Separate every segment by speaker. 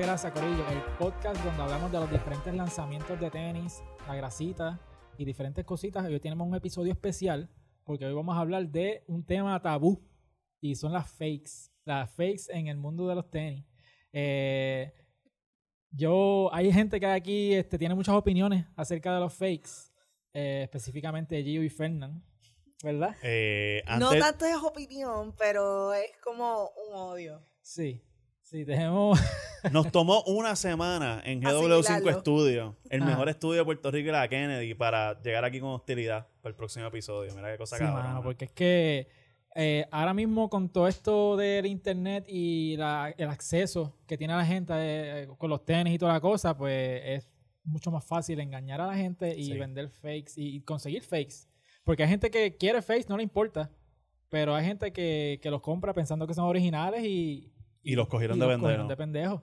Speaker 1: Grasa, Corillo, el podcast donde hablamos de los diferentes lanzamientos de tenis, la grasita y diferentes cositas. Hoy tenemos un episodio especial porque hoy vamos a hablar de un tema tabú y son las fakes. Las fakes en el mundo de los tenis. Eh, yo, hay gente que aquí este, tiene muchas opiniones acerca de los fakes, eh, específicamente Gio y Fernán, ¿verdad?
Speaker 2: Eh,
Speaker 3: No
Speaker 2: antes,
Speaker 3: tanto es opinión, pero es como un odio.
Speaker 1: Sí, sí, tenemos...
Speaker 2: nos tomó una semana en GW5
Speaker 3: Asimilarlo.
Speaker 2: Studio, el
Speaker 1: Ajá.
Speaker 2: mejor estudio de Puerto Rico y la Kennedy, para llegar aquí con hostilidad para el próximo episodio. Mira qué cosa
Speaker 1: Sí,
Speaker 2: cabrona.
Speaker 1: mano, porque es que eh, ahora mismo con todo esto del internet y la- el acceso que tiene la gente eh, con los tenis y toda la cosa, pues es mucho más fácil engañar a la gente y
Speaker 2: Sí.
Speaker 1: vender fakes y, y conseguir fakes. Porque hay gente que quiere fakes, no le importa, pero hay gente que, que los compra pensando que son originales y...
Speaker 2: Y los cogieron
Speaker 1: y
Speaker 2: de
Speaker 1: los
Speaker 2: pendejo.
Speaker 1: cogieron de pendejo.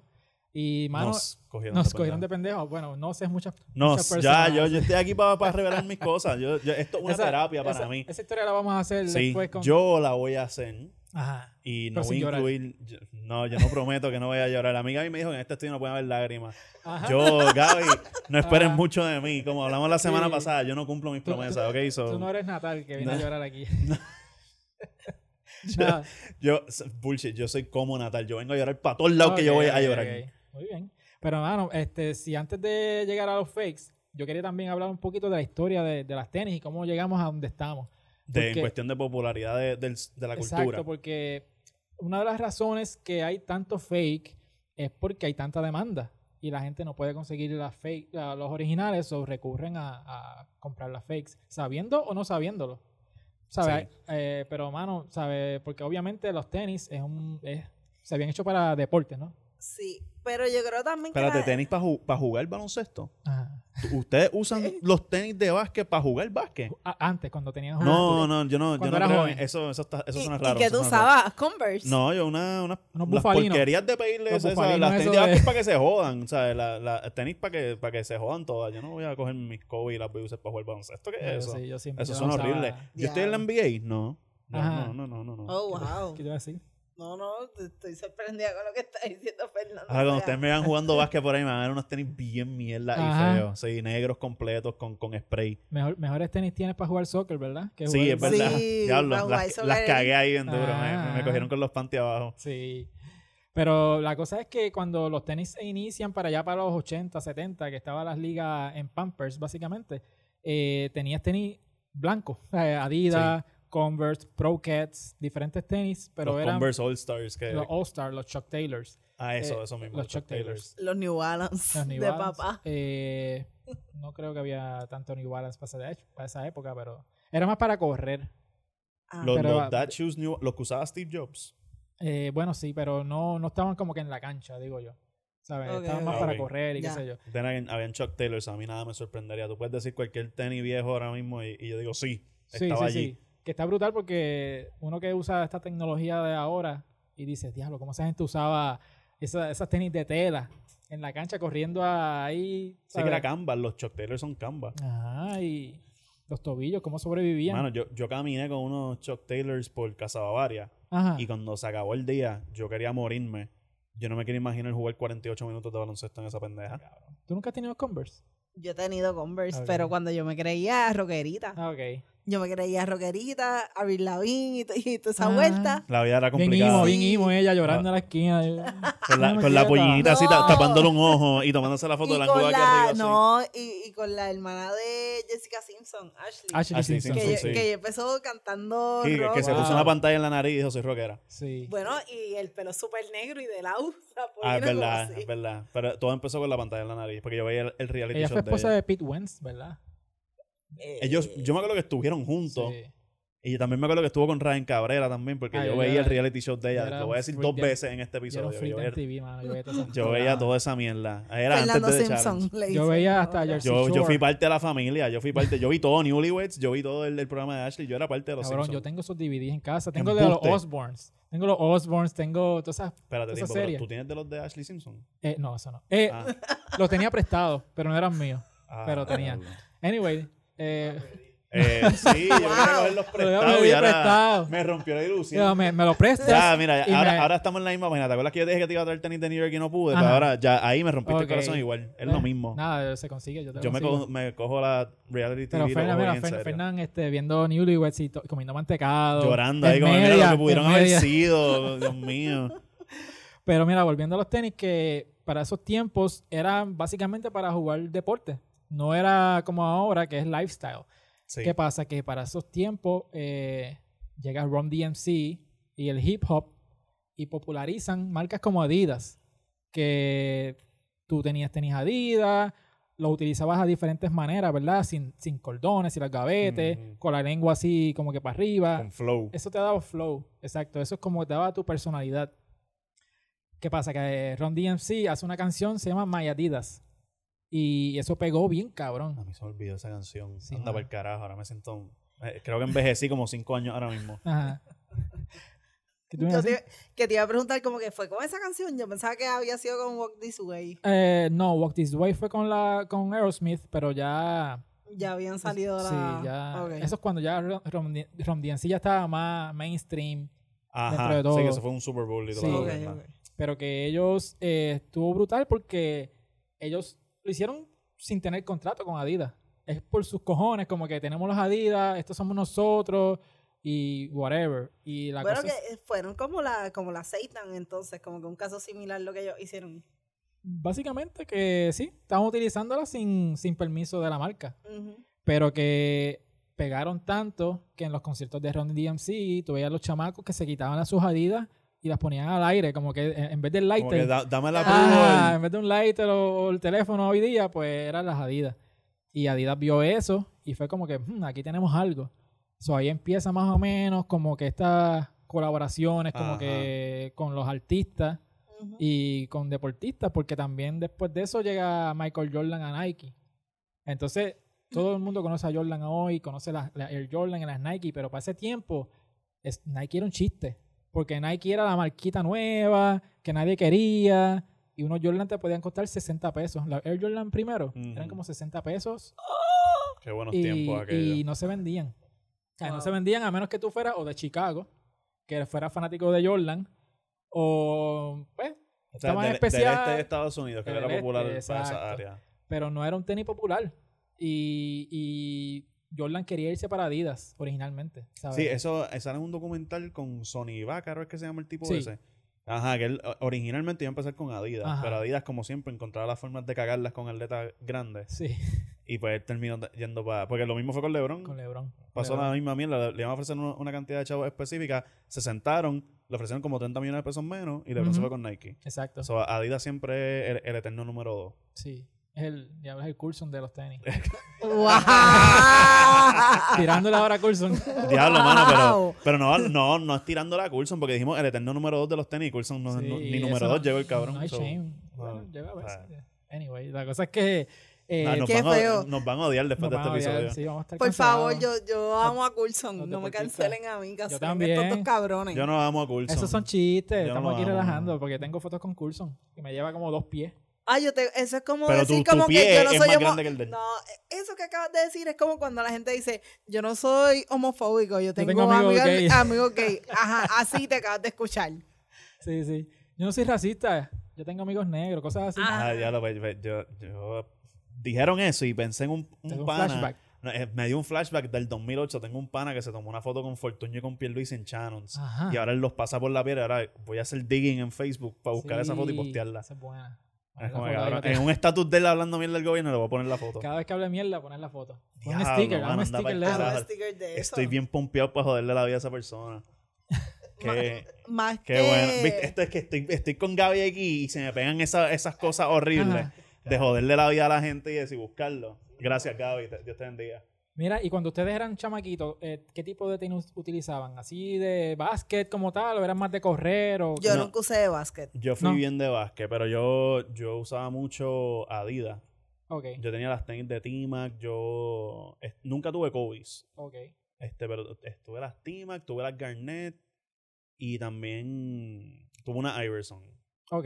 Speaker 1: Y, mano, nos,
Speaker 2: nos cogieron de
Speaker 1: cogieron de
Speaker 2: pendejo.
Speaker 1: pendejo. Bueno, no sé, muchas, muchas
Speaker 2: Nos, ya,
Speaker 1: personas-
Speaker 2: yo, yo estoy aquí para, revelar mis cosas. Yo, yo- esto es una
Speaker 1: Esa-
Speaker 2: terapia para
Speaker 1: esa-
Speaker 2: mí.
Speaker 1: Esa historia la vamos a hacer
Speaker 2: Sí,
Speaker 1: después con...
Speaker 2: yo la voy a hacer.
Speaker 1: Ajá.
Speaker 2: Y
Speaker 1: Pero
Speaker 2: no
Speaker 1: sin
Speaker 2: voy a
Speaker 1: llorar.
Speaker 2: incluir. yo- no, yo no prometo que no voy a llorar. La amiga a mí me dijo que en este estudio no pueden haber lágrimas.
Speaker 1: Ajá.
Speaker 2: Yo, Gaby, no esperen
Speaker 1: Ah.
Speaker 2: mucho de mí. Como hablamos la semana
Speaker 1: Sí.
Speaker 2: pasada, yo no cumplo mis
Speaker 1: Tú-
Speaker 2: promesas, ¿ok? So,
Speaker 1: Tú no eres Natal que viene a
Speaker 2: No.
Speaker 1: llorar aquí.
Speaker 2: yo, yo- bullshit, yo soy como Natal. Yo vengo a llorar para todos lados que yo voy a llorar.
Speaker 1: Muy bien. Pero mano, este, si antes de llegar a los fakes, yo quería también hablar un poquito de la historia de, de las tenis y cómo llegamos a donde estamos.
Speaker 2: De, en
Speaker 1: Porque-
Speaker 2: cuestión de popularidad de, del- de la
Speaker 1: Exacto,
Speaker 2: cultura.
Speaker 1: porque una de las razones que hay tanto fake es porque hay tanta demanda y la gente no puede conseguir las fake, la- los originales o recurren a, a comprar las fakes, sabiendo o no sabiéndolo. ¿Sabes?
Speaker 2: Sí.
Speaker 1: Eh, pero, mano, ¿sabes? Porque obviamente los tenis es un, es- se habían hecho para deportes, ¿no?
Speaker 3: Sí, pero yo creo también
Speaker 2: Espérate,
Speaker 3: que... la-
Speaker 2: tenis para jugar baloncesto.
Speaker 1: Ajá.
Speaker 2: ¿Tú- ¿Ustedes usan los tenis de básquet para jugar básquet?
Speaker 1: A- antes, cuando tenían
Speaker 2: No, no, yo no, yo
Speaker 1: Ah, Cuando
Speaker 2: no
Speaker 1: era
Speaker 2: creo.
Speaker 1: joven.
Speaker 2: en- Eso, eso, está, eso
Speaker 3: y,
Speaker 2: suena
Speaker 3: y
Speaker 2: raro.
Speaker 3: que
Speaker 2: eso
Speaker 3: tú
Speaker 2: suena raro.
Speaker 3: usabas Converse.
Speaker 2: No, yo una, una
Speaker 1: Unos
Speaker 2: las
Speaker 1: bufalinos.
Speaker 2: porquerías de pedirles
Speaker 1: Los
Speaker 2: esas,
Speaker 1: bufalinos
Speaker 2: las tenis
Speaker 1: esos
Speaker 2: de
Speaker 1: de-
Speaker 2: básquet para que se jodan, ¿sabes? La, la- tenis para que, para que se jodan todas. Yo no voy a coger mis Kobe y las voy a usar para jugar baloncesto. ¿Qué
Speaker 1: No, yo
Speaker 2: es eso?
Speaker 1: sí, yo siempre-
Speaker 2: eso
Speaker 1: yo
Speaker 2: son
Speaker 1: no usaba-
Speaker 2: horribles. ¿Yo estoy en la NBA? No. No,
Speaker 1: Ajá.
Speaker 2: no, no, no, no, no.
Speaker 3: Oh,
Speaker 1: ¿Qué te
Speaker 3: wow.
Speaker 1: iba a decir?
Speaker 3: No, no, te- estoy sorprendida con lo que está diciendo Fernando.
Speaker 2: Ahora cuando
Speaker 3: O sea,
Speaker 2: ustedes me van jugando básquet por ahí, me van a dar unos tenis bien mierda
Speaker 1: Ajá.
Speaker 2: y feos. Sí, negros completos con, con spray.
Speaker 1: Mejor, mejores tenis tienes para jugar soccer, ¿verdad? Que
Speaker 2: Sí,
Speaker 1: jugar-
Speaker 2: es verdad.
Speaker 3: Sí,
Speaker 2: Diablo,
Speaker 3: para jugar
Speaker 2: las,
Speaker 3: eso
Speaker 2: las
Speaker 3: es-
Speaker 2: cagué ahí bien duro. me-
Speaker 1: Ah.
Speaker 2: me, me cogieron con los panties abajo.
Speaker 1: Sí. Pero la cosa es que cuando los tenis se inician para allá para los 80, 70, que estaban las ligas en Pampers, básicamente, eh, tenías tenis blancos, eh, Adidas, Converse, Pro Cats, diferentes tenis, pero
Speaker 2: los
Speaker 1: eran
Speaker 2: Converse All-Stars. Que,
Speaker 1: los All-Star, los Chuck Taylors,
Speaker 2: ah, eso,
Speaker 1: eh,
Speaker 2: eso mismo.
Speaker 1: los Chuck Taylors.
Speaker 3: Los New Balance
Speaker 1: los New
Speaker 3: de
Speaker 1: Balance.
Speaker 3: papá.
Speaker 1: Eh, no creo que había tanto New Balance para esa- e, para esa época, pero era más para correr.
Speaker 3: Ah,
Speaker 2: Los,
Speaker 1: pero-
Speaker 2: los That Shoes New, los que usaba Steve Jobs.
Speaker 1: Eh, bueno, sí, pero no, no estaban como que en la cancha, digo yo. ¿Sabes?
Speaker 3: Ok,
Speaker 1: Estaban
Speaker 3: ok.
Speaker 1: más
Speaker 2: Ah,
Speaker 1: para
Speaker 2: ok.
Speaker 1: correr y
Speaker 3: Ya.
Speaker 1: qué sé yo.
Speaker 2: Tenían- habían Chuck Taylors, a mí nada me sorprendería. Tú puedes decir cualquier tenis viejo ahora mismo y, y yo digo, sí,
Speaker 1: Sí,
Speaker 2: estaba
Speaker 1: sí,
Speaker 2: allí.
Speaker 1: sí. Que está brutal porque uno que usa esta tecnología de ahora y dices, diablo, ¿cómo esa gente usaba esa- esas tenis de tela en la cancha corriendo ahí?
Speaker 2: Sí que era
Speaker 1: ¿sabes?
Speaker 2: Canvas, los Chuck Taylors son Canvas.
Speaker 1: Ajá, y los tobillos, ¿cómo sobrevivían?
Speaker 2: Mano, yo, yo caminé con unos Chuck Taylors por Casa Bavaria
Speaker 1: Ajá.
Speaker 2: y cuando se acabó el día, yo quería morirme. Yo no me quiero imaginar jugar 48 minutos de baloncesto en esa pendeja.
Speaker 1: ¿Tú nunca has tenido Converse?
Speaker 3: Yo he tenido Converse,
Speaker 1: Ok.
Speaker 3: pero cuando yo me creía rockerita.
Speaker 1: Ah, ok.
Speaker 3: Yo me creía rockerita, Avril Lavigne y, t- y toda esa
Speaker 1: Ah.
Speaker 3: vuelta.
Speaker 2: La vida era
Speaker 1: Bien
Speaker 2: complicada.
Speaker 1: imo,
Speaker 3: Sí.
Speaker 1: bien imo ella llorando en la esquina.
Speaker 2: Con la,
Speaker 1: No me
Speaker 2: con la
Speaker 1: quiero acabar.
Speaker 2: pollita así,
Speaker 3: No.
Speaker 2: ta- tapándole un ojo y tomándose la foto de
Speaker 3: Y
Speaker 2: la
Speaker 3: con
Speaker 2: cuba aquí
Speaker 3: la,
Speaker 2: arriba. así.
Speaker 3: no, y, y con la hermana de Jessica Simpson, Ashley.
Speaker 1: Ashley
Speaker 2: Ashley
Speaker 1: Simpson.
Speaker 3: que,
Speaker 2: Simpson,
Speaker 3: ella-
Speaker 2: sí.
Speaker 3: que ella empezó cantando
Speaker 2: Sí, que,
Speaker 3: rock.
Speaker 2: que se
Speaker 1: Wow.
Speaker 2: puso una pantalla en la nariz y dijo, soy rockera.
Speaker 1: Sí.
Speaker 3: Bueno, y el pelo súper negro y de la usa.
Speaker 1: Pues
Speaker 2: Ah, es verdad, es verdad. Pero todo empezó con la pantalla en la nariz, porque yo veía el, el reality
Speaker 1: Ella
Speaker 2: show
Speaker 1: fue esposa
Speaker 2: de
Speaker 1: de Pete Wentz, ¿verdad?
Speaker 3: Eh,
Speaker 2: ella. Ellos, yo me acuerdo que estuvieron juntos.
Speaker 1: Sí.
Speaker 2: Y también me acuerdo que estuvo con Ryan Cabrera también, porque
Speaker 1: Ah,
Speaker 2: yo
Speaker 1: yo
Speaker 2: veía
Speaker 1: era-
Speaker 2: el reality show de
Speaker 1: yo
Speaker 2: ella.
Speaker 1: era
Speaker 2: Lo
Speaker 1: un
Speaker 2: voy a decir
Speaker 1: freak
Speaker 2: dos
Speaker 1: de-
Speaker 2: veces en este
Speaker 1: Yo era
Speaker 2: episodio.
Speaker 1: un
Speaker 2: Yo,
Speaker 1: freak de
Speaker 2: veía,
Speaker 1: MTV, mano. Yo veía, todas esas
Speaker 2: yo veía
Speaker 1: programas.
Speaker 2: toda esa mierda. Era
Speaker 3: Fernando
Speaker 2: antes de
Speaker 3: Simpson.
Speaker 2: Challenge.
Speaker 3: le
Speaker 1: Yo
Speaker 3: dicen,
Speaker 1: veía
Speaker 3: ¿no?
Speaker 1: hasta Jersey
Speaker 2: Yo, yo fui
Speaker 1: Shore.
Speaker 2: parte de la familia, yo fui parte, yo vi todo Newlyweds, yo vi todo el, el programa de Ashley, yo era parte de los
Speaker 1: Cabrón, yo
Speaker 2: Simpsons.
Speaker 1: tengo esos DVDs en casa. Tengo de los
Speaker 2: Embuste.
Speaker 1: Osborns. Tengo los Osborns, tengo todas esas.
Speaker 2: Espérate,
Speaker 1: esa
Speaker 2: tiempo, pero
Speaker 1: serie.
Speaker 2: tú tienes de los de Ashley Simpson.
Speaker 1: eh, no, eso no. Eh,
Speaker 2: Ah.
Speaker 1: Los tenía prestados, pero no eran míos.
Speaker 2: Ah,
Speaker 1: Pero tenía.
Speaker 2: diablo.
Speaker 1: Anyway, eh,
Speaker 2: Eh, sí, yo quería coger los
Speaker 1: Pero yo
Speaker 2: prestados
Speaker 1: pedí
Speaker 2: y ahora
Speaker 1: prestado.
Speaker 2: me rompió la
Speaker 1: Yo,
Speaker 2: ilusión.
Speaker 1: me, me lo prestas.
Speaker 2: Ya, mira,
Speaker 1: y
Speaker 2: ahora,
Speaker 1: me-
Speaker 2: ahora estamos en la misma página. ¿Te acuerdas que yo te dije que te iba a traer tenis de New York y no pude? Pues
Speaker 1: Ajá.
Speaker 2: ahora ya ahí me rompiste
Speaker 1: Ok.
Speaker 2: el corazón igual. Es
Speaker 1: Eh,
Speaker 2: lo mismo.
Speaker 1: Nada, se consigue. Yo, te lo
Speaker 2: yo me,
Speaker 1: consigo.
Speaker 2: cojo- me cojo la reality
Speaker 1: Pero
Speaker 2: TV y lo
Speaker 1: Fernan,
Speaker 2: cojo
Speaker 1: mira,
Speaker 2: bien en
Speaker 1: Fernan,
Speaker 2: serio.
Speaker 1: Fernan, este, viendo Newlyweds y to- comiendo mantecado.
Speaker 2: Llorando
Speaker 1: en
Speaker 2: ahí como mira
Speaker 1: media,
Speaker 2: lo que pudieron
Speaker 1: en
Speaker 2: haber
Speaker 1: media.
Speaker 2: sido. Dios mío.
Speaker 1: Pero mira, volviendo a los tenis, que para esos tiempos era básicamente para jugar deporte. No era como ahora, que es lifestyle.
Speaker 2: Sí.
Speaker 1: ¿Qué pasa? Que para esos tiempos eh, llega Ron DMC y el hip hop y popularizan marcas como Adidas, que tú tenías tenis Adidas, los utilizabas a diferentes maneras, ¿verdad? Sin, sin cordones, sin las gavetes,
Speaker 2: Ujú.
Speaker 1: con la lengua así como que para arriba.
Speaker 2: Con flow.
Speaker 1: Eso te daba flow, exacto. Eso es como te daba tu personalidad. ¿Qué pasa? Que eh, Ron DMC hace una canción, se llama My Adidas. Y eso pegó bien, cabrón.
Speaker 2: A mí se me olvidó esa canción.
Speaker 1: Sí,
Speaker 2: Anda
Speaker 1: mano.
Speaker 2: para el carajo. Ahora me siento. eh, creo que envejecí como cinco años ahora mismo.
Speaker 1: Ajá. ¿Qué tú me
Speaker 3: Yo
Speaker 1: ibas a
Speaker 3: te,
Speaker 1: decir?
Speaker 3: que te iba a preguntar como que fue con esa canción. Yo pensaba que había sido con Walk This Way.
Speaker 1: Eh, no, Walk This Way fue con la con Aerosmith, pero ya.
Speaker 3: Ya habían salido la...
Speaker 1: Pues, Sí, ya.
Speaker 3: Ok.
Speaker 1: Eso es cuando ya Rom- Rom Rom DMC ya estaba más mainstream. Dentro de
Speaker 2: Ajá.
Speaker 1: todo.
Speaker 2: Sí, que eso fue un Super Bowl y todo.
Speaker 1: Sí.
Speaker 2: lo
Speaker 3: Ok,
Speaker 2: demás.
Speaker 3: ok.
Speaker 1: pero que ellos eh, estuvo brutal porque ellos lo hicieron sin tener contrato con Adidas. Es por sus cojones, como que tenemos los Adidas, estos somos nosotros y whatever. Y la
Speaker 3: Bueno,
Speaker 1: cosa es-
Speaker 3: que eh, fueron como la, como la Satan entonces, como que un caso similar a lo que ellos hicieron.
Speaker 1: básicamente que sí, estaban utilizándola sin, sin permiso de la marca.
Speaker 3: Ujú.
Speaker 1: pero que pegaron tanto que en los conciertos de Ron DMC tú veías a los chamacos que se quitaban las sus adidas y las ponían al aire, como que en en vez del
Speaker 2: Como que
Speaker 1: lighter,
Speaker 2: da- dame la
Speaker 1: ah,
Speaker 2: prueba.
Speaker 1: en vez de un lighter o, o el teléfono hoy día, pues eran las adidas. Y Adidas vio eso y fue como que, "Hmm, aquí tenemos algo. So, ahí empieza más o menos como que estas colaboraciones como
Speaker 2: Ajá.
Speaker 1: que con los artistas
Speaker 3: Ujú.
Speaker 1: y con deportistas, porque también después de eso llega Michael Jordan a Nike. Entonces, todo el mundo conoce a Jordan hoy, conoce las la Air Jordan y las Nike, pero para ese tiempo es- Nike era un chiste, porque Nike era la marquita nueva que nadie quería y unos Jordan te podían costar 60 pesos. Los Air Jordan primero eran
Speaker 2: Ujú.
Speaker 1: como 60 pesos
Speaker 2: Qué buenos
Speaker 1: y,
Speaker 2: tiempos
Speaker 1: y
Speaker 2: aquellos.
Speaker 1: no se vendían. O sea, no
Speaker 3: Wow.
Speaker 1: se vendían a menos que tú fueras o de Chicago, que fueras fanático de Jordan, o pues,
Speaker 2: O sea,
Speaker 1: estaban
Speaker 2: del, del
Speaker 1: especial-
Speaker 2: este de Estados Unidos, que
Speaker 1: del
Speaker 2: era
Speaker 1: este,
Speaker 2: popular para
Speaker 1: exacto.
Speaker 2: esa área.
Speaker 1: pero no era un tenis popular. Y, y Jordan quería irse para Adidas originalmente, ¿sabes?
Speaker 2: Sí, eso, eso era un documental con Sony Vaccaro, es que se llama el tipo
Speaker 1: Sí.
Speaker 2: ese. Ajá, que él o- originalmente iba a empezar con Adidas,
Speaker 1: Ajá.
Speaker 2: pero Adidas, como siempre, encontraba las formas de cagarlas con atletas grandes.
Speaker 1: Sí,
Speaker 2: Y pues él terminó t- yendo para. Porque lo mismo fue con LeBron.
Speaker 1: con LeBron.
Speaker 2: pasó
Speaker 1: LeBron.
Speaker 2: la misma mierda. Le, le iban a ofrecer una, una cantidad de chavos específica. Se sentaron, le ofrecieron como 30 millones de pesos menos y LeBron se
Speaker 1: Ujú.
Speaker 2: fue con Nike.
Speaker 1: Exacto.
Speaker 2: So, Adidas siempre es el, el eterno número 2.
Speaker 1: sí. Es el, ya hablas el Coulson de los tenis.
Speaker 3: ¡Wow!
Speaker 1: Tirándole ahora a Coulson.
Speaker 2: Diablo, mano,
Speaker 3: Wow.
Speaker 2: pero, pero no, no, no es tirándola a Coulson porque dijimos el eterno número 2 de los tenis. Coulson no,
Speaker 1: Sí,
Speaker 2: no- ni
Speaker 1: eso
Speaker 2: número
Speaker 1: no-
Speaker 2: 2 llegó el cabrón.
Speaker 1: No hay
Speaker 2: so, Ah.
Speaker 1: shame.
Speaker 2: no,
Speaker 1: Bueno, llega a veces.
Speaker 2: o
Speaker 1: Anyway, la cosa es que... eh,
Speaker 2: nah, Ah, nos,
Speaker 3: qué
Speaker 2: van a,
Speaker 3: feo.
Speaker 2: nos van a odiar después
Speaker 1: nos van a
Speaker 2: de este
Speaker 1: odiar,
Speaker 2: episodio.
Speaker 1: sí, vamos a estar
Speaker 3: Por favor,
Speaker 1: cancelados.
Speaker 3: yo, yo amo a
Speaker 1: Los
Speaker 3: Coulson. No me
Speaker 1: deportistas.
Speaker 3: cancelen a mí, cancelen a
Speaker 1: también.
Speaker 3: estos dos cabrones.
Speaker 2: Yo no amo a Coulson.
Speaker 1: Esos son chistes,
Speaker 2: Yo no
Speaker 1: estamos
Speaker 2: lo
Speaker 1: aquí
Speaker 2: amo,
Speaker 1: relajando
Speaker 2: no.
Speaker 1: porque tengo fotos con Coulson que me lleva como dos pies.
Speaker 3: Ah, yo te, eso es como
Speaker 2: Pero
Speaker 3: decir
Speaker 2: tu,
Speaker 3: como
Speaker 2: tu pie
Speaker 3: que yo no
Speaker 2: es
Speaker 3: soy
Speaker 2: más
Speaker 3: homo-
Speaker 2: grande que el de él.
Speaker 3: No, e, eso que acabas de decir es como cuando la gente dice, yo no soy homofóbico, yo tengo,
Speaker 1: tengo amigos
Speaker 3: amigas-
Speaker 1: gays".
Speaker 3: amigos, gay. Ajá, así te acabas de escuchar.
Speaker 1: Sí, sí. Yo no soy racista, yo tengo amigos negros, cosas así.
Speaker 3: Ah,
Speaker 2: Ah, ya lo ve- ve- yo, yo- Dijeron eso y pensé en un, un
Speaker 3: Este
Speaker 1: Tengo un
Speaker 2: pana.
Speaker 1: flashback.
Speaker 2: No, eh, Me dio un flashback del 2008. Tengo un pana que se tomó una foto con Fortunio y con Pierluis en Shannons.
Speaker 1: Ajá.
Speaker 2: Y ahora él los pasa por la piedra. Ahora voy a hacer digging en Facebook para buscar esa foto y
Speaker 1: Sí,
Speaker 2: postearla.
Speaker 1: Esa es buena. Poner la
Speaker 2: Es como que,
Speaker 1: foto ahí,
Speaker 2: cabrón,
Speaker 1: va a
Speaker 2: en un estatus de él hablando mierda del gobierno le voy a poner la foto.
Speaker 1: tener- Cada vez que hable mierda, poner la foto. Pon un
Speaker 2: Diablo,
Speaker 1: sticker,
Speaker 2: mano,
Speaker 1: dame un
Speaker 2: anda
Speaker 1: sticker
Speaker 2: pa'l
Speaker 1: de
Speaker 3: Haz
Speaker 1: eso.
Speaker 2: carajo.
Speaker 3: un sticker de eso.
Speaker 2: Estoy bien pompeado para joderle la vida a esa persona. Qué,
Speaker 3: Más
Speaker 2: qué
Speaker 3: que...
Speaker 2: bueno.
Speaker 1: eh.
Speaker 2: Viste, Esto es que estoy, estoy con Gaby aquí y se me pegan esa- esas cosas horribles
Speaker 1: Ajá.
Speaker 2: de joderle la vida a la gente y decir buscarlo. Gracias, Gaby. Te- Dios te bendiga.
Speaker 1: Mira, y cuando ustedes eran chamaquitos, eh, ¿qué tipo de tenis utilizaban? ¿Así de básquet como tal? ¿O eran más de correr? O...
Speaker 3: Yo
Speaker 2: No.
Speaker 3: nunca usé de básquet.
Speaker 2: Yo fui
Speaker 1: No.
Speaker 2: bien de básquet, pero yo, yo usaba mucho Adidas.
Speaker 1: Ok,
Speaker 2: Yo tenía las tenis de T-Mac, yo es- nunca tuve Kobe's.
Speaker 1: ok.
Speaker 2: Este, pero estuve las T-Mac, tuve las Garnett y también tuve una Iverson. O
Speaker 1: Ok.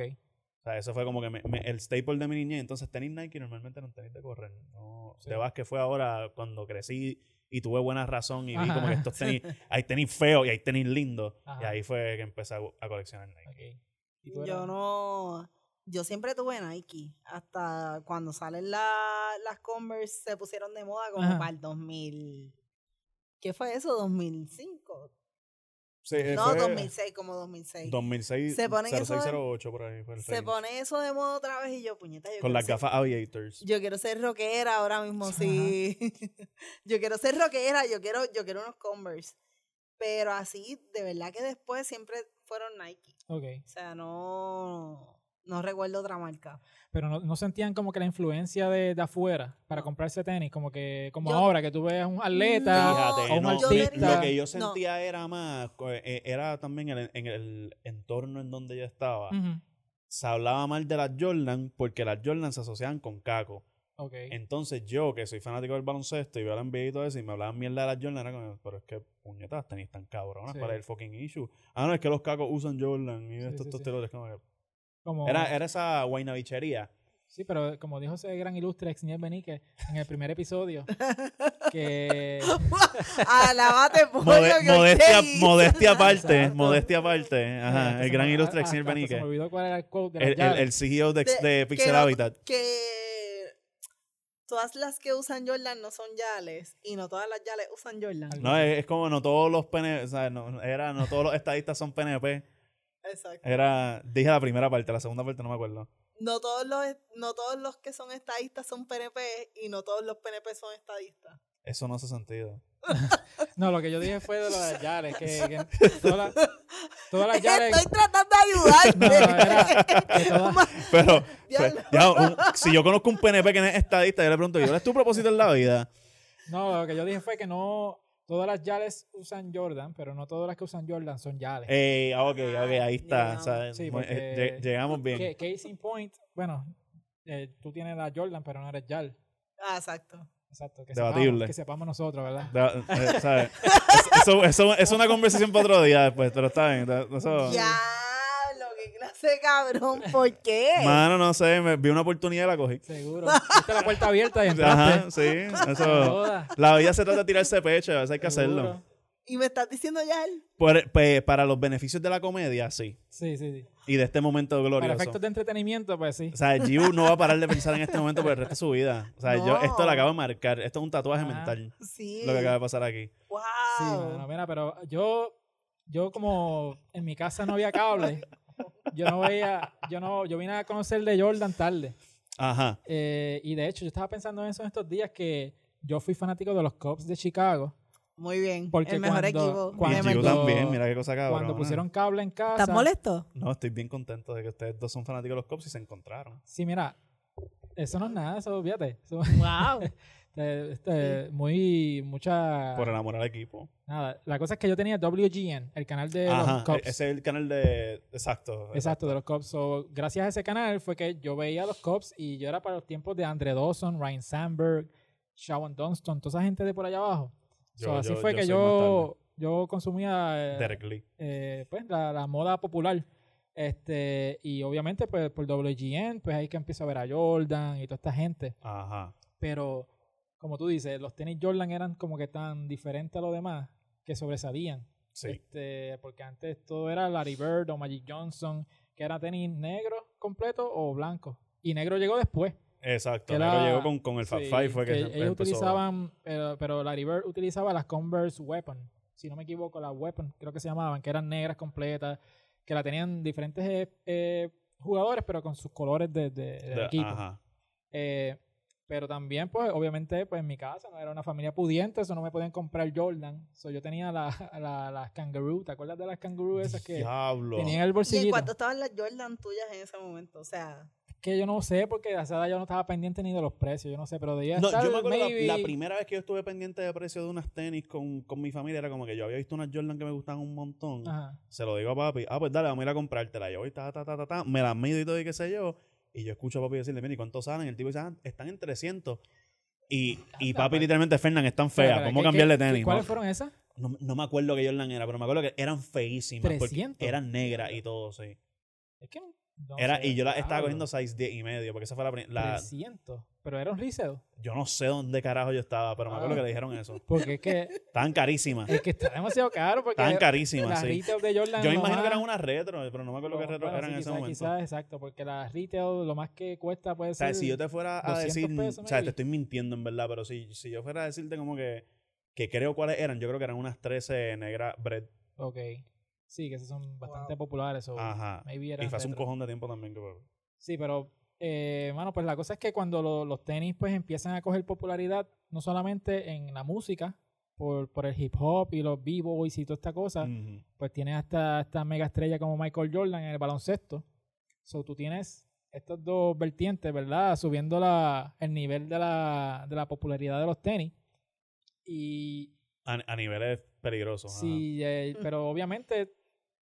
Speaker 2: sea, eso fue como que me- me- el staple de mi niñez. Entonces, tenis Nike normalmente eran tenis de correr. No,
Speaker 1: Sí.
Speaker 2: De básquet fue ahora cuando crecí y tuve buena razón y vi
Speaker 1: Ajá.
Speaker 2: como que estos tenis, hay tenis feos y hay tenis lindos. Y
Speaker 1: Ajá.
Speaker 2: ahí fue que empecé a, a coleccionar Nike.
Speaker 1: Ok. ¿Y tú
Speaker 3: Yo
Speaker 1: eras?
Speaker 3: no. Yo siempre tuve Nike. Hasta cuando salen la- las Converse se pusieron de moda como
Speaker 1: Ajá.
Speaker 3: para el 2000. ¿Qué fue eso? ¿2005?
Speaker 2: Sí, eh,
Speaker 3: No,
Speaker 2: fue
Speaker 3: 2006, como 2006.
Speaker 2: 2006,
Speaker 3: Se ponen esos-
Speaker 2: 0608 por ahí. fue el
Speaker 3: se
Speaker 2: fade.
Speaker 3: pone eso de moda otra vez y yo, puñeta, yo
Speaker 2: Con
Speaker 3: quiero
Speaker 2: las
Speaker 3: ser-
Speaker 2: gafas aviators.
Speaker 3: Yo quiero ser rockera ahora mismo,
Speaker 1: Ajá.
Speaker 3: sí. yo quiero ser rockera, yo quiero, yo quiero unos Converse. Pero así, de verdad que después siempre fueron Nike.
Speaker 1: Ok.
Speaker 3: O sea, no, no recuerdo otra marca.
Speaker 1: Pero no, no sentían como que la influencia de, de afuera para
Speaker 3: No.
Speaker 1: comprarse tenis, como que como
Speaker 3: Yo-
Speaker 1: ahora que tú ves a un atleta.
Speaker 3: No,
Speaker 2: Fíjate,
Speaker 1: o un
Speaker 2: no,
Speaker 3: yo
Speaker 1: artista.
Speaker 2: Lo que yo
Speaker 3: No.
Speaker 2: sentía era más, eh, eh, era también el- en el entorno en donde yo estaba.
Speaker 1: Ujú.
Speaker 2: Se hablaba mal de las Jordan porque las Jordan se asociaban con caco.
Speaker 1: Ok.
Speaker 2: Entonces yo, que soy fanático del baloncesto y veo la NBA y todo eso, y me hablaban mierda de las Jordan, era como, pero es que puñetas, las tenis tan cabronas,
Speaker 1: Sí.
Speaker 2: ¿cuál es el fucking issue? Ah, no, es que los cacos usan Jordan y
Speaker 1: Sí,
Speaker 2: estos,
Speaker 1: sí,
Speaker 2: estos
Speaker 1: sí.
Speaker 2: colores, como que-
Speaker 1: Como,
Speaker 2: Era, era esa guaynabichería.
Speaker 1: Sí, pero como dijo ese gran ilustre Xniel Benique en el primer episodio, que
Speaker 3: Alabate, pollo,
Speaker 2: Mode-
Speaker 3: que
Speaker 2: modestia,
Speaker 3: usted hizo.
Speaker 2: modestia aparte,
Speaker 1: Exacto.
Speaker 2: modestia aparte.
Speaker 1: Eh,
Speaker 2: Ajá,
Speaker 1: hasta
Speaker 2: el
Speaker 1: se
Speaker 2: gran
Speaker 1: me-
Speaker 2: ilustre
Speaker 1: hasta
Speaker 2: Xeniel
Speaker 1: se
Speaker 2: Benique.
Speaker 1: Me olvidó cuál era el quote de las
Speaker 2: El, el,
Speaker 1: llaves.
Speaker 2: el CEO de,
Speaker 3: De-
Speaker 2: de Pixel
Speaker 3: no-
Speaker 2: Habitat.
Speaker 3: Que todas las que usan Jordan no son Yales y no todas las Yales usan Jordan.
Speaker 1: Al-
Speaker 2: No, es, es como no todos los PNP, o sea, no, era, no todos los estadistas son PNP.
Speaker 3: Exacto.
Speaker 2: Era, dije la primera parte, la segunda parte no me acuerdo.
Speaker 3: No todos los no todos los que son estadistas son PNP y no todos los PNP son estadistas.
Speaker 2: Eso no hace sentido.
Speaker 1: No, lo que yo dije fue de lo de las llaves, que, que todas las- todas las llaves...
Speaker 3: Estoy tratando de
Speaker 1: Ah, No, era
Speaker 3: ayudarte.
Speaker 1: que todas-
Speaker 2: Pero, pues,
Speaker 3: Diablo.
Speaker 2: ya, un- si yo conozco un PNP que no es estadista, yo le pregunto, ¿y cuál es tu propósito en la vida?
Speaker 1: No, lo que yo dije fue que no todas las Yales usan Jordan, pero no todas las que usan Jordan son Yales.
Speaker 2: Eh, ah, ok, ok, ahí está. o sea,
Speaker 1: Sí,
Speaker 2: muy-
Speaker 1: porque-
Speaker 2: eh, lleg- llegamos bien.
Speaker 1: Que- case in point, bueno, eh, tú tienes la Jordan, pero no eres Yal.
Speaker 3: Ah, exacto.
Speaker 1: Exacto, que
Speaker 2: Debatible.
Speaker 1: sepamos, que sepamos nosotros, ¿verdad?
Speaker 2: Da- eh, ¿sabes? Es- Eso, eso es una conversación para otro día después, pero está bien. da- eso-
Speaker 3: Diablo, qué clase de cabrón, ¿por qué?
Speaker 2: Mano, no sé, me, vi una oportunidad y la cogí.
Speaker 1: Seguro. Viste la puerta abierta y entraste.
Speaker 2: Ajá, sí, eso.
Speaker 1: Todas.
Speaker 2: La vida se trata de tirarse pecho, a veces hay que hacerlo.
Speaker 1: Seguro.
Speaker 3: Y me estás diciendo Yal.
Speaker 2: Por- pe- para los beneficios de la comedia, sí.
Speaker 1: Sí, sí, sí.
Speaker 2: Y de este momento
Speaker 1: Para
Speaker 2: glorioso.
Speaker 1: efectos de entretenimiento, pues sí.
Speaker 2: O sea, Giu no va a parar de pensar en este momento por el resto de su vida. O sea, yo,
Speaker 3: No.
Speaker 2: esto lo acabo de marcar. Esto es un tatuaje
Speaker 1: Ajá.
Speaker 2: mental,
Speaker 3: Sí.
Speaker 2: lo que acaba de pasar aquí.
Speaker 3: Wow.
Speaker 1: Sí, mano, mira, pero yo, yo como en mi casa no había cable, yo no veía, yo no, yo vine a conocer de Jordan tarde.
Speaker 2: Ajá.
Speaker 1: Eh, y de hecho, yo estaba pensando en eso en estos días que yo fui fanático de los Cubs de Chicago.
Speaker 3: Muy bien.
Speaker 1: Porque
Speaker 3: el mejor
Speaker 1: cuando-
Speaker 3: equipo.
Speaker 1: cuando-
Speaker 2: y
Speaker 3: de
Speaker 2: Giu
Speaker 1: Cuando-
Speaker 3: México.
Speaker 2: también, mira qué cosa cabrona.
Speaker 1: Cuando pusieron cable en casa.
Speaker 3: ¿Estás molesto?
Speaker 2: No, estoy bien contento de que ustedes dos son fanáticos de los cops y se encontraron.
Speaker 1: Sí, mira, eso no es nada, eso, fíjate. Eso,
Speaker 3: Wow.
Speaker 1: este, este, muy, mucha.
Speaker 2: Por enamorar al equipo.
Speaker 1: Nada, la cosa es que yo tenía WGN, el canal de los
Speaker 2: Ajá.
Speaker 1: Cubs.
Speaker 2: e- Ese es el canal de. Exacto.
Speaker 1: Exacto, de los Cubs. So, gracias a ese canal fue que yo veía a los Cubs y yo era para los tiempos de Andre Dawson, Ryan Sandberg, Shawn Dunston, toda esa gente de por allá abajo.
Speaker 2: Yo-
Speaker 1: So, así
Speaker 2: yo-
Speaker 1: fue
Speaker 2: yo
Speaker 1: que
Speaker 2: soy
Speaker 1: yo, yo consumía eh,
Speaker 2: Derek Lee.
Speaker 1: eh, pues, la, la moda popular. Este, y obviamente pues, por WGN, pues ahí que empiezo a ver a Jordan y toda esta gente.
Speaker 2: Ajá.
Speaker 1: Pero, como tú dices, los tenis Jordan eran como que tan diferentes a los demás que sobresalían.
Speaker 2: Sí.
Speaker 1: Este, porque antes todo era Larry Bird o Magic Johnson, que era tenis negro completo o blanco. Y negro llegó después.
Speaker 2: Exacto.
Speaker 1: que
Speaker 2: Negro
Speaker 1: era-
Speaker 2: llegó con, con el Fab
Speaker 1: Sí,
Speaker 2: Five, fue que, se-
Speaker 1: ellos
Speaker 2: empezó.
Speaker 1: utilizaban, pero, pero Larry Bird utilizaba las Converse Weapon, si no me equivoco, las Weapon creo que se llamaban, que eran negras completas, que la tenían diferentes eh, eh, jugadores, pero con sus colores de, de- del
Speaker 2: de-
Speaker 1: equipo.
Speaker 2: Ajá.
Speaker 1: Eh, pero también, pues, obviamente, pues en mi casa no era una familia pudiente, eso no me podían comprar Jordan. So, yo tenía la- la- las Kangaroo, ¿te acuerdas de las Kangaroo esas que
Speaker 2: Diablo.
Speaker 1: tenían en el
Speaker 3: ¿Y en
Speaker 1: bolsillito?
Speaker 3: cuánto estaban las Jordan tuyas en ese momento? O sea,
Speaker 1: Que yo no sé, porque a esa edad yo no estaba pendiente ni de los precios, yo no sé, pero debía
Speaker 2: No,
Speaker 1: estar
Speaker 2: yo me acuerdo la-
Speaker 1: maybe-
Speaker 2: la, primera vez que yo estuve pendiente de precio de unas tenis con, con mi familia era como que yo había visto unas Jordan que me gustaban un montón.
Speaker 1: Ajá.
Speaker 2: Se lo digo a papi, ah, pues dale, vamos a ir a comprártela. Yo voy, ta, ta, ta, ta, ta, me las mido y todo y qué sé yo. Y yo escucho a papi decirle, mira, ¿y cuánto salen? El tipo dice, ah, están en 300. Y, y
Speaker 1: Anda,
Speaker 2: papi
Speaker 1: pal.
Speaker 2: literalmente, Fernan, están
Speaker 1: Ah, pues. Espera,
Speaker 2: feas,
Speaker 1: espera,
Speaker 2: vamos a
Speaker 1: ¿qué-
Speaker 2: cambiarle
Speaker 1: qué-
Speaker 2: tenis.
Speaker 1: ¿Cuáles
Speaker 2: No-
Speaker 1: fueron esas?
Speaker 2: No, no me acuerdo qué Jordan era, pero me acuerdo que eran feísimas. porque
Speaker 1: 300.
Speaker 2: Eran negras y todo, sí.
Speaker 1: Es que Entonces,
Speaker 2: Era, y yo la estaba
Speaker 1: diablo, Pues
Speaker 2: cogiendo 6, 10 y medio, porque esa fue la, prim- la
Speaker 1: 300. Pero era un resale.
Speaker 2: Yo no sé dónde carajo yo estaba, pero me acuerdo
Speaker 1: Ah.
Speaker 2: que le dijeron eso.
Speaker 1: Porque es que,
Speaker 2: Estaban carísimas.
Speaker 1: es que está demasiado caro. Porque
Speaker 2: Estaban
Speaker 1: las
Speaker 2: carísimas, sí.
Speaker 1: retail de Jordan.
Speaker 2: Yo imagino que
Speaker 1: nomás-
Speaker 2: eran unas retro, pero no me acuerdo qué
Speaker 1: Bueno,
Speaker 2: retro
Speaker 1: bueno,
Speaker 2: eran
Speaker 1: sí,
Speaker 2: en ese
Speaker 1: quizás-
Speaker 2: momento.
Speaker 1: Quizás, exacto, porque la retail lo más que cuesta puede
Speaker 2: O sea,
Speaker 1: ser.
Speaker 2: si yo te fuera a
Speaker 1: 200
Speaker 2: decir,
Speaker 1: pesos,
Speaker 2: o sea,
Speaker 1: maybe.
Speaker 2: te estoy mintiendo en verdad, pero si, si yo fuera a decirte como que, que creo cuáles eran, yo creo que eran unas 13 negras bread.
Speaker 1: Ok. Sí, que esas son bastante
Speaker 3: Wow.
Speaker 1: populares. o
Speaker 2: Ajá.
Speaker 1: Maybe
Speaker 2: Y
Speaker 1: eran
Speaker 2: fue hace un
Speaker 1: retro.
Speaker 2: cojón de tiempo también que fue.
Speaker 1: Sí, pero, eh, mano, pues la cosa es que cuando lo- los tenis pues empiezan a coger popularidad, no solamente en la música, por, por el hip hop y los b-boys y toda esta cosa,
Speaker 2: Ujú.
Speaker 1: pues tienes hasta esta mega estrella como Michael Jordan en el baloncesto. So tú tienes estas dos vertientes, ¿verdad? Subiendo la, el nivel de la, de la popularidad de los tenis. Y
Speaker 2: a, a niveles peligrosos. ajá.
Speaker 1: Sí, eh,
Speaker 3: Mm.
Speaker 1: pero obviamente,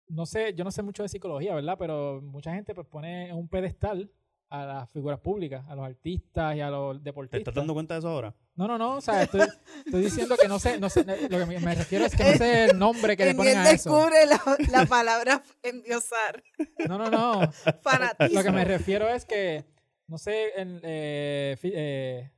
Speaker 1: no sé, yo no sé mucho de psicología, ¿verdad? Pero mucha gente pues pone en un pedestal a las figuras públicas, a los artistas y a los
Speaker 2: ¿Te
Speaker 1: deportistas.
Speaker 2: estás dando cuenta de eso ahora?
Speaker 1: No, no, no, o sea, estoy, estoy diciendo que no sé, no sé, lo que me me refiero es que no sé el nombre que le
Speaker 3: En
Speaker 1: ponen
Speaker 3: él
Speaker 1: a eso.
Speaker 3: descubre la, la palabra endiosar,
Speaker 1: No, no, no,
Speaker 3: fanatismo.
Speaker 1: lo que me refiero es que, no sé, en, eh, fi- eh,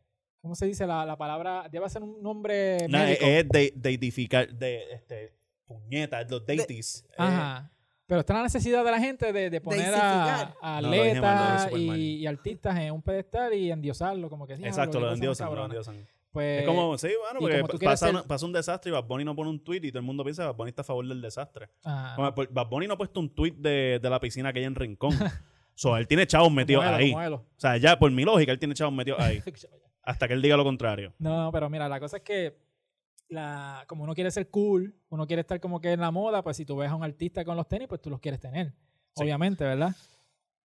Speaker 1: ¿cómo se dice la, la palabra? Debe ser un nombre
Speaker 2: No, es,
Speaker 1: médico.
Speaker 2: es de, de identificar, de este, puñetas, los deities. eh,
Speaker 1: Ajá. Pero está la necesidad de la gente de, de poner a,
Speaker 3: Densificar.
Speaker 1: a
Speaker 2: No, lo dije mal, lo dije
Speaker 1: atletas
Speaker 2: súper
Speaker 1: y,
Speaker 2: mal.
Speaker 1: y artistas en un pedestal y endiosarlo, como que sí.
Speaker 2: Exacto,
Speaker 1: hablo,
Speaker 2: lo
Speaker 1: qué cosa más
Speaker 2: endiosan, lo
Speaker 1: cabrona.
Speaker 2: endiosan.
Speaker 1: Pues,
Speaker 2: Es como, sí, bueno,
Speaker 1: y
Speaker 2: porque
Speaker 1: como tú quieres
Speaker 2: pasa,
Speaker 1: ser-
Speaker 2: una- pasa un desastre y Bad Bunny no pone un tweet y todo el mundo piensa que Bad Bunny está a favor del desastre.
Speaker 1: ajá,
Speaker 2: Como, pues, Bad Bunny no ha puesto un tweet de, de la piscina que hay en Rincón. so, él tiene chavos metidos
Speaker 1: como
Speaker 2: ahí.
Speaker 1: Elo, como Elo.
Speaker 2: O sea, ya por mi lógica, él tiene chavos metidos ahí. Hasta que él diga lo contrario.
Speaker 1: No, no, pero mira, la cosa es que la, como uno quiere ser cool, uno quiere estar como que en la moda, pues si tú ves a un artista con los tenis, pues tú los quieres tener.
Speaker 2: Sí.
Speaker 1: Obviamente, ¿verdad?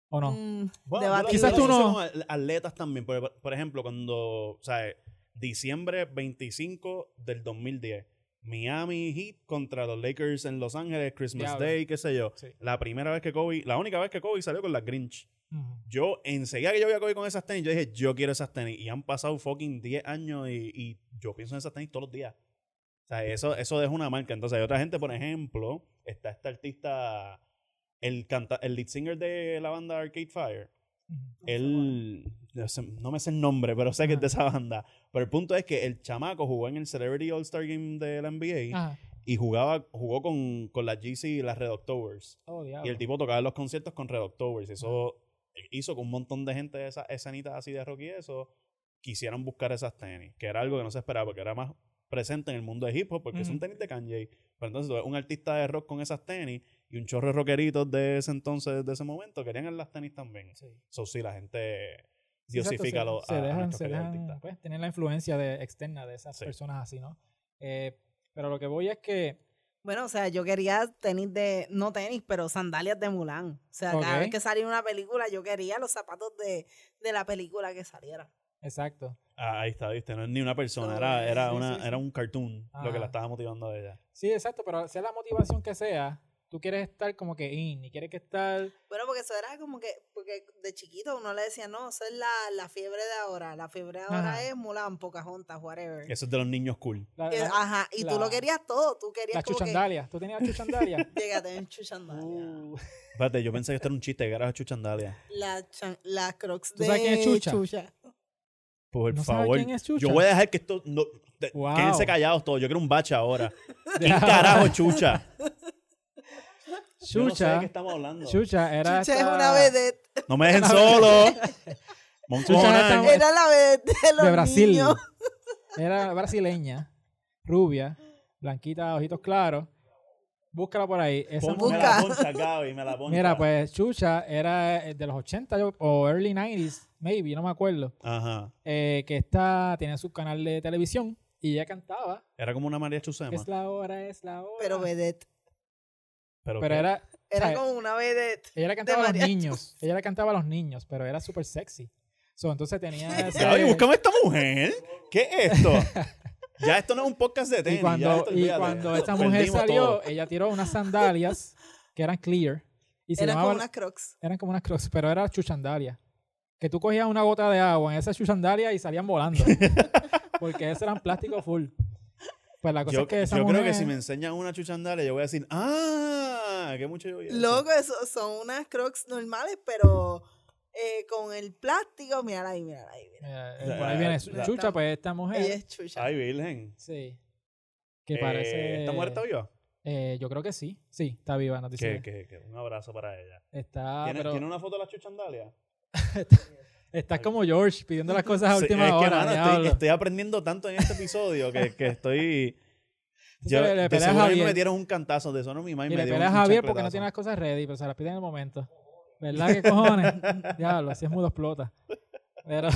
Speaker 1: ¿O no?
Speaker 3: Mm,
Speaker 2: Bueno,
Speaker 3: Debatible.
Speaker 2: yo lo- yo
Speaker 1: Quizás tú
Speaker 2: lo asocio
Speaker 1: no.
Speaker 2: con al- atletas también. Por, por ejemplo, cuando, ¿sabes? Diciembre 25 del 2010. Miami Heat contra los Lakers en Los Ángeles, Christmas
Speaker 1: Diablo.
Speaker 2: Day, qué sé yo.
Speaker 1: Sí.
Speaker 2: La primera vez que Kobe, la única vez que Kobe salió con la Grinch.
Speaker 1: Ujú.
Speaker 2: Yo, enseguida que yo vi a Kobe con esas tenis, yo dije, yo quiero esas tenis. Y han pasado fucking 10 años y, y yo pienso en esas tenis todos los días. O sea, eso, eso es una marca. Entonces, hay otra gente, por ejemplo, está este artista, el, canta, el lead singer de la banda Arcade Fire.
Speaker 1: Ujú.
Speaker 2: Él, no sé- no me sé el nombre, pero sé que es de esa banda. Pero el punto es que el chamaco jugó en el Celebrity All-Star Game de la NBA
Speaker 1: Ajá.
Speaker 2: y jugaba, jugó con, con las GC y las Red Octobers.
Speaker 1: Oh,
Speaker 2: Y el
Speaker 1: diablo.
Speaker 2: tipo tocaba en los conciertos con Red Octobers. Eso hizo que un montón de gente de esas escenitas así de rock y eso quisieran buscar esas tenis, que era algo que no se esperaba, porque era más presente en el mundo de hip hop, porque son
Speaker 1: Ujú.
Speaker 2: tenis de Kanye. Pero entonces tú ves un artista de rock con esas tenis y un chorro de rockeritos de ese entonces, de ese momento, querían las tenis también.
Speaker 1: Sí.
Speaker 2: Eso sí, la gente
Speaker 1: Sí, exacto,
Speaker 2: diosifica
Speaker 1: se-
Speaker 2: los
Speaker 1: se,
Speaker 2: a- a
Speaker 1: dejan,
Speaker 2: nuestros
Speaker 1: se
Speaker 2: queridos
Speaker 1: dejan
Speaker 2: artistas.
Speaker 1: pues, tener la influencia de, externa de esas
Speaker 2: Sí.
Speaker 1: personas así, ¿no? Eh, pero lo que voy es que
Speaker 3: Bueno, o sea, yo quería tenis de, no tenis, pero sandalias de Mulan. O sea, cada vez
Speaker 1: Ok.
Speaker 3: que salía una película, yo quería los zapatos de, de la película que saliera.
Speaker 1: Exacto.
Speaker 2: Ah, ahí está, viste, no es ni una
Speaker 1: Ah,
Speaker 2: persona,
Speaker 3: No,
Speaker 2: era, era,
Speaker 3: sí, sí,
Speaker 2: una,
Speaker 3: sí.
Speaker 2: era un cartoon lo que
Speaker 1: Ajá.
Speaker 2: la estaba motivando a ella.
Speaker 1: Sí, exacto, pero sea la motivación que sea, tú quieres estar como que in y quieres que estar...
Speaker 3: Bueno, porque eso era como que, porque de chiquito uno le decía, no, eso es la, la fiebre de ahora. La fiebre de ahora
Speaker 1: Ajá.
Speaker 3: es Mulan, Pocahontas, whatever.
Speaker 2: Eso es de los niños cool.
Speaker 1: La,
Speaker 3: Eh,
Speaker 1: la-
Speaker 3: Ajá, y tú
Speaker 1: la-
Speaker 3: lo querías todo, tú querías
Speaker 1: las
Speaker 3: como que,
Speaker 1: chuchandalias. ¿Tú tenías chuchandalias?
Speaker 3: Llegate en chuchandalia.
Speaker 1: Uh,
Speaker 2: Espérate, yo pensé que esto era un chiste, que era chuchandalia.
Speaker 3: Las chan- las crocs
Speaker 1: ¿Tú
Speaker 3: de
Speaker 1: sabes quién es Chucha?
Speaker 2: Por
Speaker 1: ¿No sabes
Speaker 2: favor.
Speaker 1: quién es Chucha?
Speaker 2: Yo voy a dejar que esto. No, de-
Speaker 1: Wow.
Speaker 2: Quédense callados todos. Yo quiero un bache ahora. ¿Quién carajo, chucha? Yo no sé de
Speaker 1: Chucha,
Speaker 2: qué estamos hablando.
Speaker 1: Chucha era
Speaker 3: Chucha es
Speaker 1: esta-
Speaker 3: una vedette.
Speaker 2: No me dejen solo. Moncona.
Speaker 1: Chucha está-
Speaker 3: Era la vedette de los
Speaker 1: de Brasil.
Speaker 3: niños.
Speaker 1: Era brasileña, rubia, blanquita, ojitos claros. Búscala por ahí. Esa
Speaker 2: Pon-
Speaker 1: mujer-
Speaker 2: Me la poncha, Gaby, me la poncha.
Speaker 1: Mira, pues Chucha era eh, de los 80 yo- o early 90s, maybe, no me acuerdo.
Speaker 2: Ajá.
Speaker 1: eh, que está, tenía su canal de televisión y ella cantaba.
Speaker 2: Era como una María Chusema.
Speaker 1: Es la hora, es la hora.
Speaker 3: Pero vedette.
Speaker 2: Pero,
Speaker 1: Pero
Speaker 2: qué-
Speaker 1: era,
Speaker 3: Era
Speaker 1: ¿sabes?
Speaker 3: como una vedette.
Speaker 1: ella le cantaba a los
Speaker 3: María
Speaker 1: niños. Ella le cantaba a los niños, pero era súper sexy. So, entonces tenía ese-
Speaker 2: Gaby, búscame esta mujer. ¿Qué es esto? ya esto no es un podcast de tenis.
Speaker 1: y
Speaker 2: ya
Speaker 1: cuando,
Speaker 2: esto,
Speaker 1: y
Speaker 2: olvídate.
Speaker 1: cuando esta
Speaker 2: Perdimos
Speaker 1: mujer salió,
Speaker 2: todo.
Speaker 1: ella tiró unas sandalias que eran clear. Y se
Speaker 3: Era como
Speaker 1: llamaban-
Speaker 3: unas crocs.
Speaker 1: eran como unas crocs, pero eran chuchandalias. Que tú cogías una gota de agua en esas chuchandalias y salían volando. porque esas eran plástico full. Pues la cosa
Speaker 2: Yo,
Speaker 1: es que esa
Speaker 2: yo creo que
Speaker 1: mujer-
Speaker 2: si me enseñan una chuchandalia, yo voy a decir, ¡ah! nada, que mucho llovía.
Speaker 3: Loco, eso, son unas crocs normales, pero eh, con el plástico, mírala ahí, mírala ahí. mírala.
Speaker 1: Eh,
Speaker 2: La-
Speaker 1: por ahí viene
Speaker 2: la-
Speaker 1: Chucha, pues esta mujer.
Speaker 3: Ella es chucha.
Speaker 2: Ay, virgen.
Speaker 1: Sí. Que
Speaker 2: Eh,
Speaker 1: parece.
Speaker 2: ¿Está muerta viva?
Speaker 1: Eh, yo creo que sí. Sí, está viva, nos
Speaker 2: Que,
Speaker 1: dice.
Speaker 2: que, que un abrazo para ella.
Speaker 1: Está,
Speaker 2: ¿Tiene,
Speaker 1: pero
Speaker 2: tiene una foto de la chuchandalia?
Speaker 1: estás como George pidiendo las cosas a
Speaker 2: Sí,
Speaker 1: última
Speaker 2: es que,
Speaker 1: hora.
Speaker 2: mano, estoy,
Speaker 1: diablo.
Speaker 2: estoy aprendiendo tanto en este episodio que, que estoy... Yo,
Speaker 1: Entonces, le- le
Speaker 2: de
Speaker 1: pelea a
Speaker 2: seguro a mí me
Speaker 1: Javier.
Speaker 2: dieron un cantazo, de eso no mi mamá y
Speaker 1: Y
Speaker 2: me
Speaker 1: le
Speaker 2: dio
Speaker 1: peleas a
Speaker 2: un
Speaker 1: Javier porque no
Speaker 2: chancletazo.
Speaker 1: tiene las cosas ready, pero se las pide en el momento. ¿Verdad que cojones? Diablo, así es mudo explota. Pero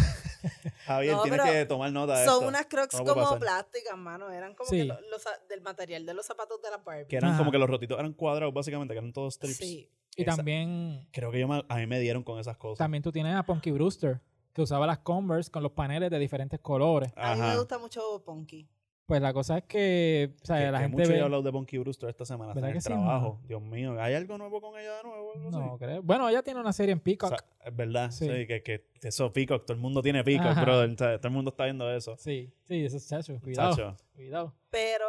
Speaker 2: Javier,
Speaker 3: No,
Speaker 2: tienes
Speaker 3: pero
Speaker 2: que tomar nota de
Speaker 3: Son
Speaker 2: esto.
Speaker 3: unas crocs
Speaker 2: No puede
Speaker 3: como
Speaker 2: pasar.
Speaker 3: plásticas, mano. Eran como
Speaker 1: Sí.
Speaker 3: que lo- los, a- del material de los zapatos de la Barbie.
Speaker 2: Que eran
Speaker 1: Ajá.
Speaker 2: como que los rotitos eran cuadrados, básicamente, que eran todos strips.
Speaker 3: Sí.
Speaker 1: y
Speaker 2: Esa-
Speaker 1: también,
Speaker 2: Creo que yo me- a mí me dieron con esas cosas.
Speaker 1: también tú tienes a Punky Brewster, que usaba las Converse con los paneles de diferentes colores.
Speaker 3: A mí me
Speaker 2: Ajá.
Speaker 3: gusta mucho Ponky.
Speaker 1: Pues la cosa es que, o sea,
Speaker 2: Que-
Speaker 1: la
Speaker 2: que
Speaker 1: gente
Speaker 2: mucho yo he
Speaker 1: ve...
Speaker 2: hablado de Bonky Brewster esta semana hasta
Speaker 1: ¿Verdad
Speaker 2: en
Speaker 1: que
Speaker 2: el
Speaker 1: sí,
Speaker 2: trabajo. Dios mío, ¿hay algo nuevo con ella de nuevo? Algo así?
Speaker 1: No, creo. Bueno, ella tiene una serie en
Speaker 2: O
Speaker 1: Peacock.
Speaker 2: sea, es verdad, sí.
Speaker 1: Sí.
Speaker 2: que, que eso Peacock, todo el mundo tiene Peacock,
Speaker 1: Ajá.
Speaker 2: brother. o sea, todo el mundo está viendo eso.
Speaker 1: sí, sí, eso es chacho. Cuidado,
Speaker 2: Chacho.
Speaker 1: cuidado.
Speaker 3: Pero,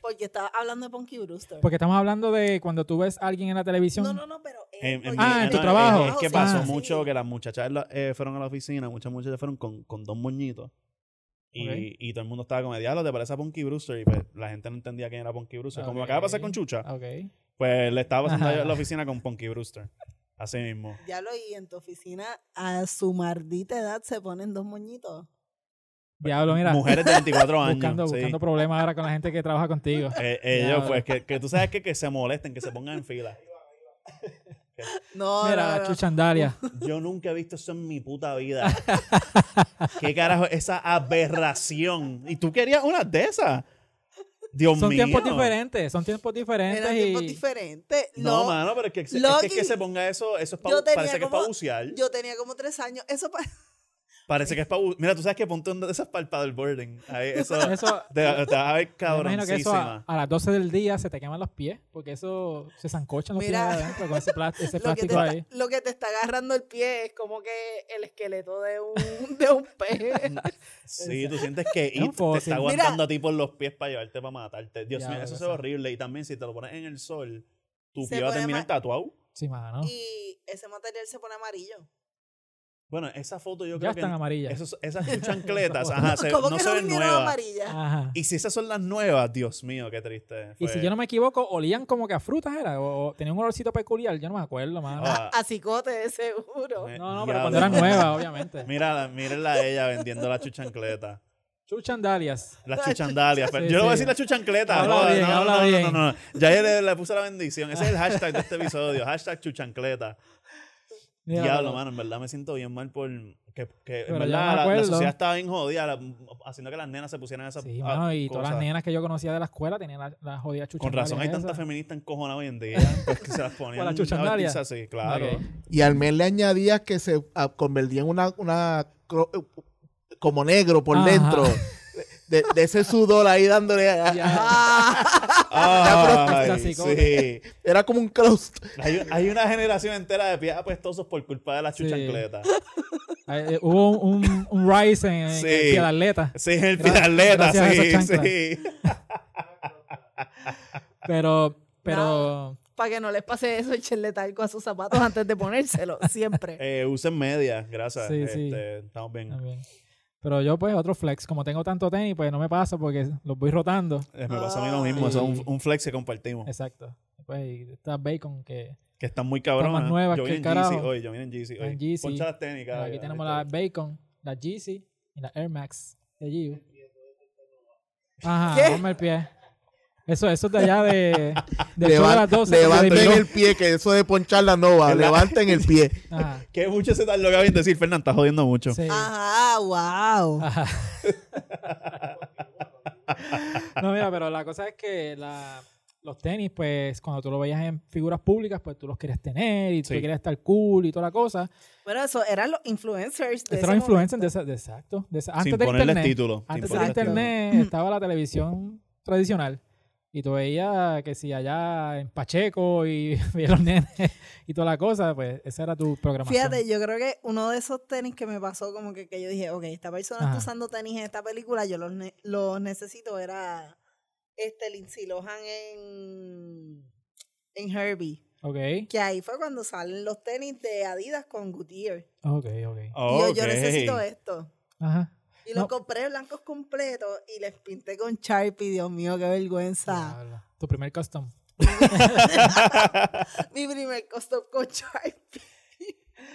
Speaker 3: porque estaba hablando de Ponky Brewster.
Speaker 1: Porque estamos hablando de cuando tú ves a alguien en la televisión.
Speaker 3: No, no, no, pero. él,
Speaker 2: En- en mi-
Speaker 3: porque
Speaker 1: Ah, en
Speaker 2: no,
Speaker 1: tu
Speaker 2: es-
Speaker 1: trabajo. Ah,
Speaker 2: Es, que
Speaker 3: sí,
Speaker 2: pasó
Speaker 3: sí.
Speaker 2: mucho que las muchachas la- eh, fueron a la oficina, muchas muchachas fueron con, con dos moñitos. Y,
Speaker 1: Ok.
Speaker 2: y todo el mundo estaba como, diablo, te parece a Punky Brewster. Y pues la gente no entendía quién era Punky Brewster. Como
Speaker 1: Ok.
Speaker 2: acaba de pasar con Chucha,
Speaker 1: Ok.
Speaker 2: pues le estaba pasando
Speaker 1: Ajá.
Speaker 2: a la oficina con Punky Brewster. Así mismo.
Speaker 3: Ya lo oí en tu oficina, a su maldita edad se ponen dos moñitos.
Speaker 1: Diablo, mira.
Speaker 2: Mujeres de 24 años.
Speaker 1: buscando,
Speaker 2: sí.
Speaker 1: buscando problemas ahora con la gente que trabaja contigo.
Speaker 2: Eh, ellos,
Speaker 1: Diablo.
Speaker 2: pues, que, que tú sabes que, que se molesten, que se pongan en fila.
Speaker 3: No,
Speaker 1: Mira,
Speaker 3: no, no.
Speaker 1: chuchandaria.
Speaker 2: Yo nunca he visto eso en mi puta vida. ¿Qué carajo? Esa aberración. Y tú querías una de esas. Dios
Speaker 1: Son
Speaker 2: mío.
Speaker 1: tiempos diferentes, son tiempos diferentes
Speaker 3: Eran
Speaker 1: y
Speaker 3: tiempos diferentes.
Speaker 2: No,
Speaker 3: No,
Speaker 2: mano, pero es que, es que-
Speaker 3: Loki.
Speaker 2: es que se ponga eso, eso es pa-
Speaker 3: Yo tenía
Speaker 2: parece que es
Speaker 3: como-
Speaker 2: para bucear.
Speaker 3: yo tenía como tres años. Eso pa-
Speaker 2: Parece que es para Mira, tú sabes que ponte una de esas para el paddleboarding. Ahí, eso te,
Speaker 1: eso
Speaker 2: te vas a ver
Speaker 1: me imagino que eso a,
Speaker 2: cabroncísima.
Speaker 1: a las 12 del día se te queman los pies porque eso se zancochan los
Speaker 3: Mira.
Speaker 1: pies de adentro con ese, plas- ese
Speaker 3: lo, que te
Speaker 1: plástico ahí.
Speaker 3: está, lo que te está agarrando el pie es como que el esqueleto de un, de un pez.
Speaker 2: Sí, tú sientes que
Speaker 1: Es un
Speaker 2: It te
Speaker 1: fósil.
Speaker 2: está aguantando a ti por los pies para llevarte para matarte. Dios
Speaker 1: Ya,
Speaker 2: mío,
Speaker 1: lo
Speaker 2: eso
Speaker 1: que
Speaker 2: es
Speaker 1: sea.
Speaker 2: horrible. Y también si te lo pones en el sol, tu
Speaker 3: Se
Speaker 2: pie va a
Speaker 3: pone
Speaker 2: terminar
Speaker 3: ma-
Speaker 2: tatuado.
Speaker 1: Sí, mano.
Speaker 3: Y ese material se pone amarillo.
Speaker 2: Bueno, esa foto yo
Speaker 1: Ya
Speaker 2: creo que
Speaker 1: están amarillas.
Speaker 2: Esos- esas chancletas, ajá, Ah, se-
Speaker 3: ¿Cómo
Speaker 2: no
Speaker 3: que
Speaker 2: se
Speaker 3: no
Speaker 2: ven
Speaker 3: vinieron
Speaker 2: nuevas.
Speaker 3: amarillas?
Speaker 1: Ajá.
Speaker 2: Y si esas son las nuevas, Dios mío, qué triste.
Speaker 1: Y si
Speaker 2: fue.
Speaker 1: yo no me equivoco, olían como que a frutas era, o, o tenía un olorcito peculiar, yo no me acuerdo, mano.
Speaker 2: Ah, Eh.
Speaker 3: A cicote, de seguro.
Speaker 2: me-
Speaker 1: no, no,
Speaker 2: diablo.
Speaker 1: pero cuando eran nuevas,
Speaker 3: ah.
Speaker 1: obviamente.
Speaker 2: Mírala, mírenla a ella vendiendo la chuchancleta.
Speaker 1: Chuchandalias.
Speaker 2: Las
Speaker 3: La
Speaker 2: chuchandalias. pero
Speaker 1: Sí,
Speaker 2: yo le voy a
Speaker 1: sí.
Speaker 2: decir la chuchancleta.
Speaker 1: Habla
Speaker 2: joda,
Speaker 1: bien,
Speaker 2: no, no,
Speaker 1: habla
Speaker 2: no, no,
Speaker 1: bien.
Speaker 2: no, no, no. Ya yo le, le puse la bendición. Ese es el hashtag de este episodio. Hashtag chuchancleta.
Speaker 1: Mira,
Speaker 2: Diablo,
Speaker 1: pero-
Speaker 2: mano, en verdad me siento bien mal por. Que, que en
Speaker 1: Pero yo no me
Speaker 2: verdad la- la,
Speaker 1: acuerdo.
Speaker 2: sociedad estaba bien jodida, la- haciendo que las nenas se pusieran esas
Speaker 1: Sí,
Speaker 2: ah,
Speaker 1: mano, y todas las
Speaker 2: cosas.
Speaker 1: nenas que yo conocía de la escuela tenían las la jodidas
Speaker 2: Con
Speaker 1: chuchandalias.
Speaker 2: razón hay tanta
Speaker 1: esas.
Speaker 2: feminista encojonada hoy en día. pues que se las ponían.
Speaker 1: Con las chuchandalias.
Speaker 2: a vestirse así, claro.
Speaker 1: Ok.
Speaker 4: Y al mes le añadías que se ah, convertía en una, una cro- como negro por
Speaker 1: Ajá.
Speaker 4: dentro. De, de ese sudor ahí dándole. a- a-
Speaker 1: Ya.
Speaker 2: Ay,
Speaker 1: Ya, pero-
Speaker 2: sí.
Speaker 1: Así como
Speaker 4: era como un crust.
Speaker 2: Hay, hay una generación entera de pies apestosos por culpa de las
Speaker 1: Sí.
Speaker 2: chuchancletas.
Speaker 1: Eh, eh, hubo un, un, un rise en,
Speaker 2: Sí.
Speaker 1: en Pie de Atleta.
Speaker 2: Sí, el
Speaker 1: Gra-
Speaker 2: pialeta,
Speaker 1: gracias a
Speaker 2: sí,
Speaker 1: esas chanclas.
Speaker 2: sí.
Speaker 1: Pero, pero,
Speaker 3: Para que no les pase eso, echenle talco a sus zapatos antes de ponérselo, siempre.
Speaker 2: Eh, usen medias, gracias.
Speaker 1: Sí, sí.
Speaker 2: este, Estamos bien.
Speaker 1: también. pero yo pues otro flex, como tengo tanto tenis, pues no me pasa porque los voy rotando.
Speaker 2: Eh, Me pasa a mí lo mismo,
Speaker 1: Ah.
Speaker 2: eso es un, un flex que compartimos.
Speaker 1: Exacto. Pues y estas bacon que
Speaker 2: Que están muy cabronas.
Speaker 1: Están más nuevas
Speaker 2: yo
Speaker 1: que
Speaker 2: vine
Speaker 1: el
Speaker 2: en GC
Speaker 1: carajo.
Speaker 2: hoy, yo vine en GC hoy.
Speaker 1: En GC.
Speaker 2: Poncha las técnicas.
Speaker 1: aquí tenemos las bacon, las Yeezy y las Air Max de Gio. Ajá,
Speaker 3: ¿Qué?
Speaker 1: ponme el pie. Eso, eso es de allá de, del show de
Speaker 4: Levan-
Speaker 1: las 12.
Speaker 4: levanten
Speaker 1: porque-
Speaker 4: el pie, que eso de poncharla no va.
Speaker 2: En la-
Speaker 4: Levanten el pie.
Speaker 1: Ajá,
Speaker 2: Que mucho se tardó Gaby en decir, Fernán, estás jodiendo mucho.
Speaker 1: sí.
Speaker 3: Ajá, wow.
Speaker 1: Ajá. no, mira, pero la cosa es que la- los tenis, pues cuando tú lo veías en figuras públicas, pues tú los querías tener y tú
Speaker 2: Sí.
Speaker 1: querías estar cool y toda la cosa.
Speaker 3: Bueno, eso eran los influencers. De
Speaker 1: Estos eran
Speaker 3: ese
Speaker 1: influencers de, esa- de exacto. de esa- antes
Speaker 2: Sin
Speaker 1: del
Speaker 2: ponerles
Speaker 1: internet.
Speaker 2: título. sin
Speaker 1: Antes del
Speaker 2: ponerles título.
Speaker 1: internet estaba la televisión tradicional. Y tú veías que si allá en Pacheco y, y los nenes y toda la cosa, pues esa era tu programación.
Speaker 3: Fíjate, yo creo que uno de esos tenis que me pasó, como que, que yo dije, ok, esta persona
Speaker 1: Ajá.
Speaker 3: está usando tenis en esta película, yo los, ne- los necesito, era este Lindsay Lohan en en Herbie.
Speaker 1: Ok,
Speaker 3: Que ahí fue cuando salen los tenis de Adidas con Goodyear.
Speaker 1: ok,
Speaker 2: Ah.
Speaker 1: ok.
Speaker 3: Y yo, yo
Speaker 2: Ok.
Speaker 3: necesito esto.
Speaker 1: Ajá.
Speaker 3: Y los
Speaker 1: No.
Speaker 3: compré blancos completos y les pinté con Sharpie. Dios mío, qué vergüenza.
Speaker 1: Diablo. Tu primer custom.
Speaker 3: Mi primer costo con Sharpie.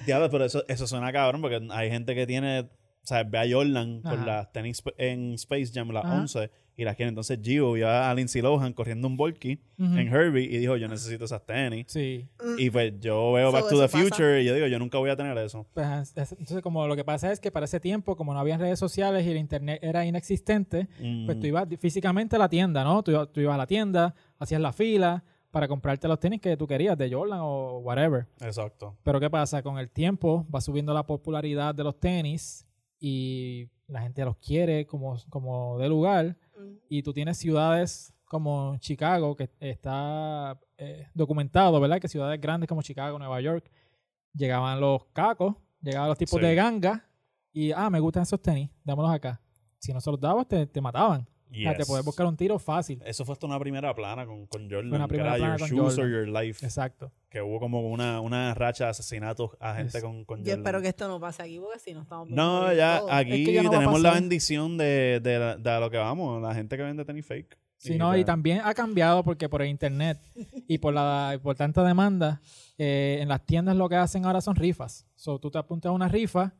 Speaker 2: Diablo, pero eso, eso suena cabrón porque hay gente que tiene, o sea, ve a Jordan
Speaker 1: Ajá.
Speaker 2: con las tenis sp- en Space Jam, las
Speaker 1: Ajá.
Speaker 2: 11, y las quiere. Entonces Gio vio a Lindsay Lohan corriendo un bulky
Speaker 1: Ujú.
Speaker 2: en Herbie y dijo, yo necesito esas tenis.
Speaker 1: Sí.
Speaker 2: Y pues yo veo
Speaker 3: So,
Speaker 2: Back to the
Speaker 3: eso pasa.
Speaker 2: Future y yo digo, yo nunca voy a tener eso.
Speaker 1: Pues, es- entonces, como lo que pasa es que para ese tiempo, como no había redes sociales y el internet era inexistente, pues
Speaker 2: Mm.
Speaker 1: tú ibas di- físicamente a la tienda, ¿no? Tú, ibas- tú ibas a la tienda, hacías la fila para comprarte los tenis que tú querías, de Jordan o whatever.
Speaker 2: Mm, Exacto.
Speaker 1: Pero ¿qué pasa? Con el tiempo va subiendo la popularidad de los tenis y la gente los quiere como, como de lugar.
Speaker 3: Mm,
Speaker 1: Y tú tienes ciudades como Chicago, que está eh, documentado, ¿verdad? Que ciudades grandes como Chicago, Nueva York, llegaban los cacos, llegaban los tipos
Speaker 2: Sí.
Speaker 1: de ganga y, ah, me gustan esos tenis, dámelos acá. Si no se los dabas, te, te mataban. O sea, Ah, te
Speaker 2: Yes.
Speaker 1: podías buscar un tiro fácil.
Speaker 2: Eso fue hasta una primera plana con, con Jordan.
Speaker 1: Una
Speaker 2: que
Speaker 1: primera
Speaker 2: era
Speaker 1: plana
Speaker 2: Your
Speaker 1: con
Speaker 2: Shoes
Speaker 1: Jordan.
Speaker 2: or Your Life.
Speaker 1: Exacto.
Speaker 2: Que hubo como una, una racha de asesinatos a gente
Speaker 1: Es-
Speaker 2: con, con
Speaker 3: Yo
Speaker 2: Jordan.
Speaker 3: espero que esto no pase aquí porque si no estamos
Speaker 2: No,
Speaker 3: bien
Speaker 2: ya
Speaker 3: jodidos.
Speaker 2: aquí
Speaker 1: Es que ya no va a
Speaker 2: tenemos la
Speaker 1: pasar.
Speaker 2: bendición de, de, la- de lo que vamos, la gente que vende tenis fake.
Speaker 1: Sí, no, y
Speaker 2: pues,
Speaker 1: también ha cambiado porque por el internet y por la por tanta demanda, eh, en las tiendas lo que hacen ahora son rifas. So, tú te apuntas a una rifa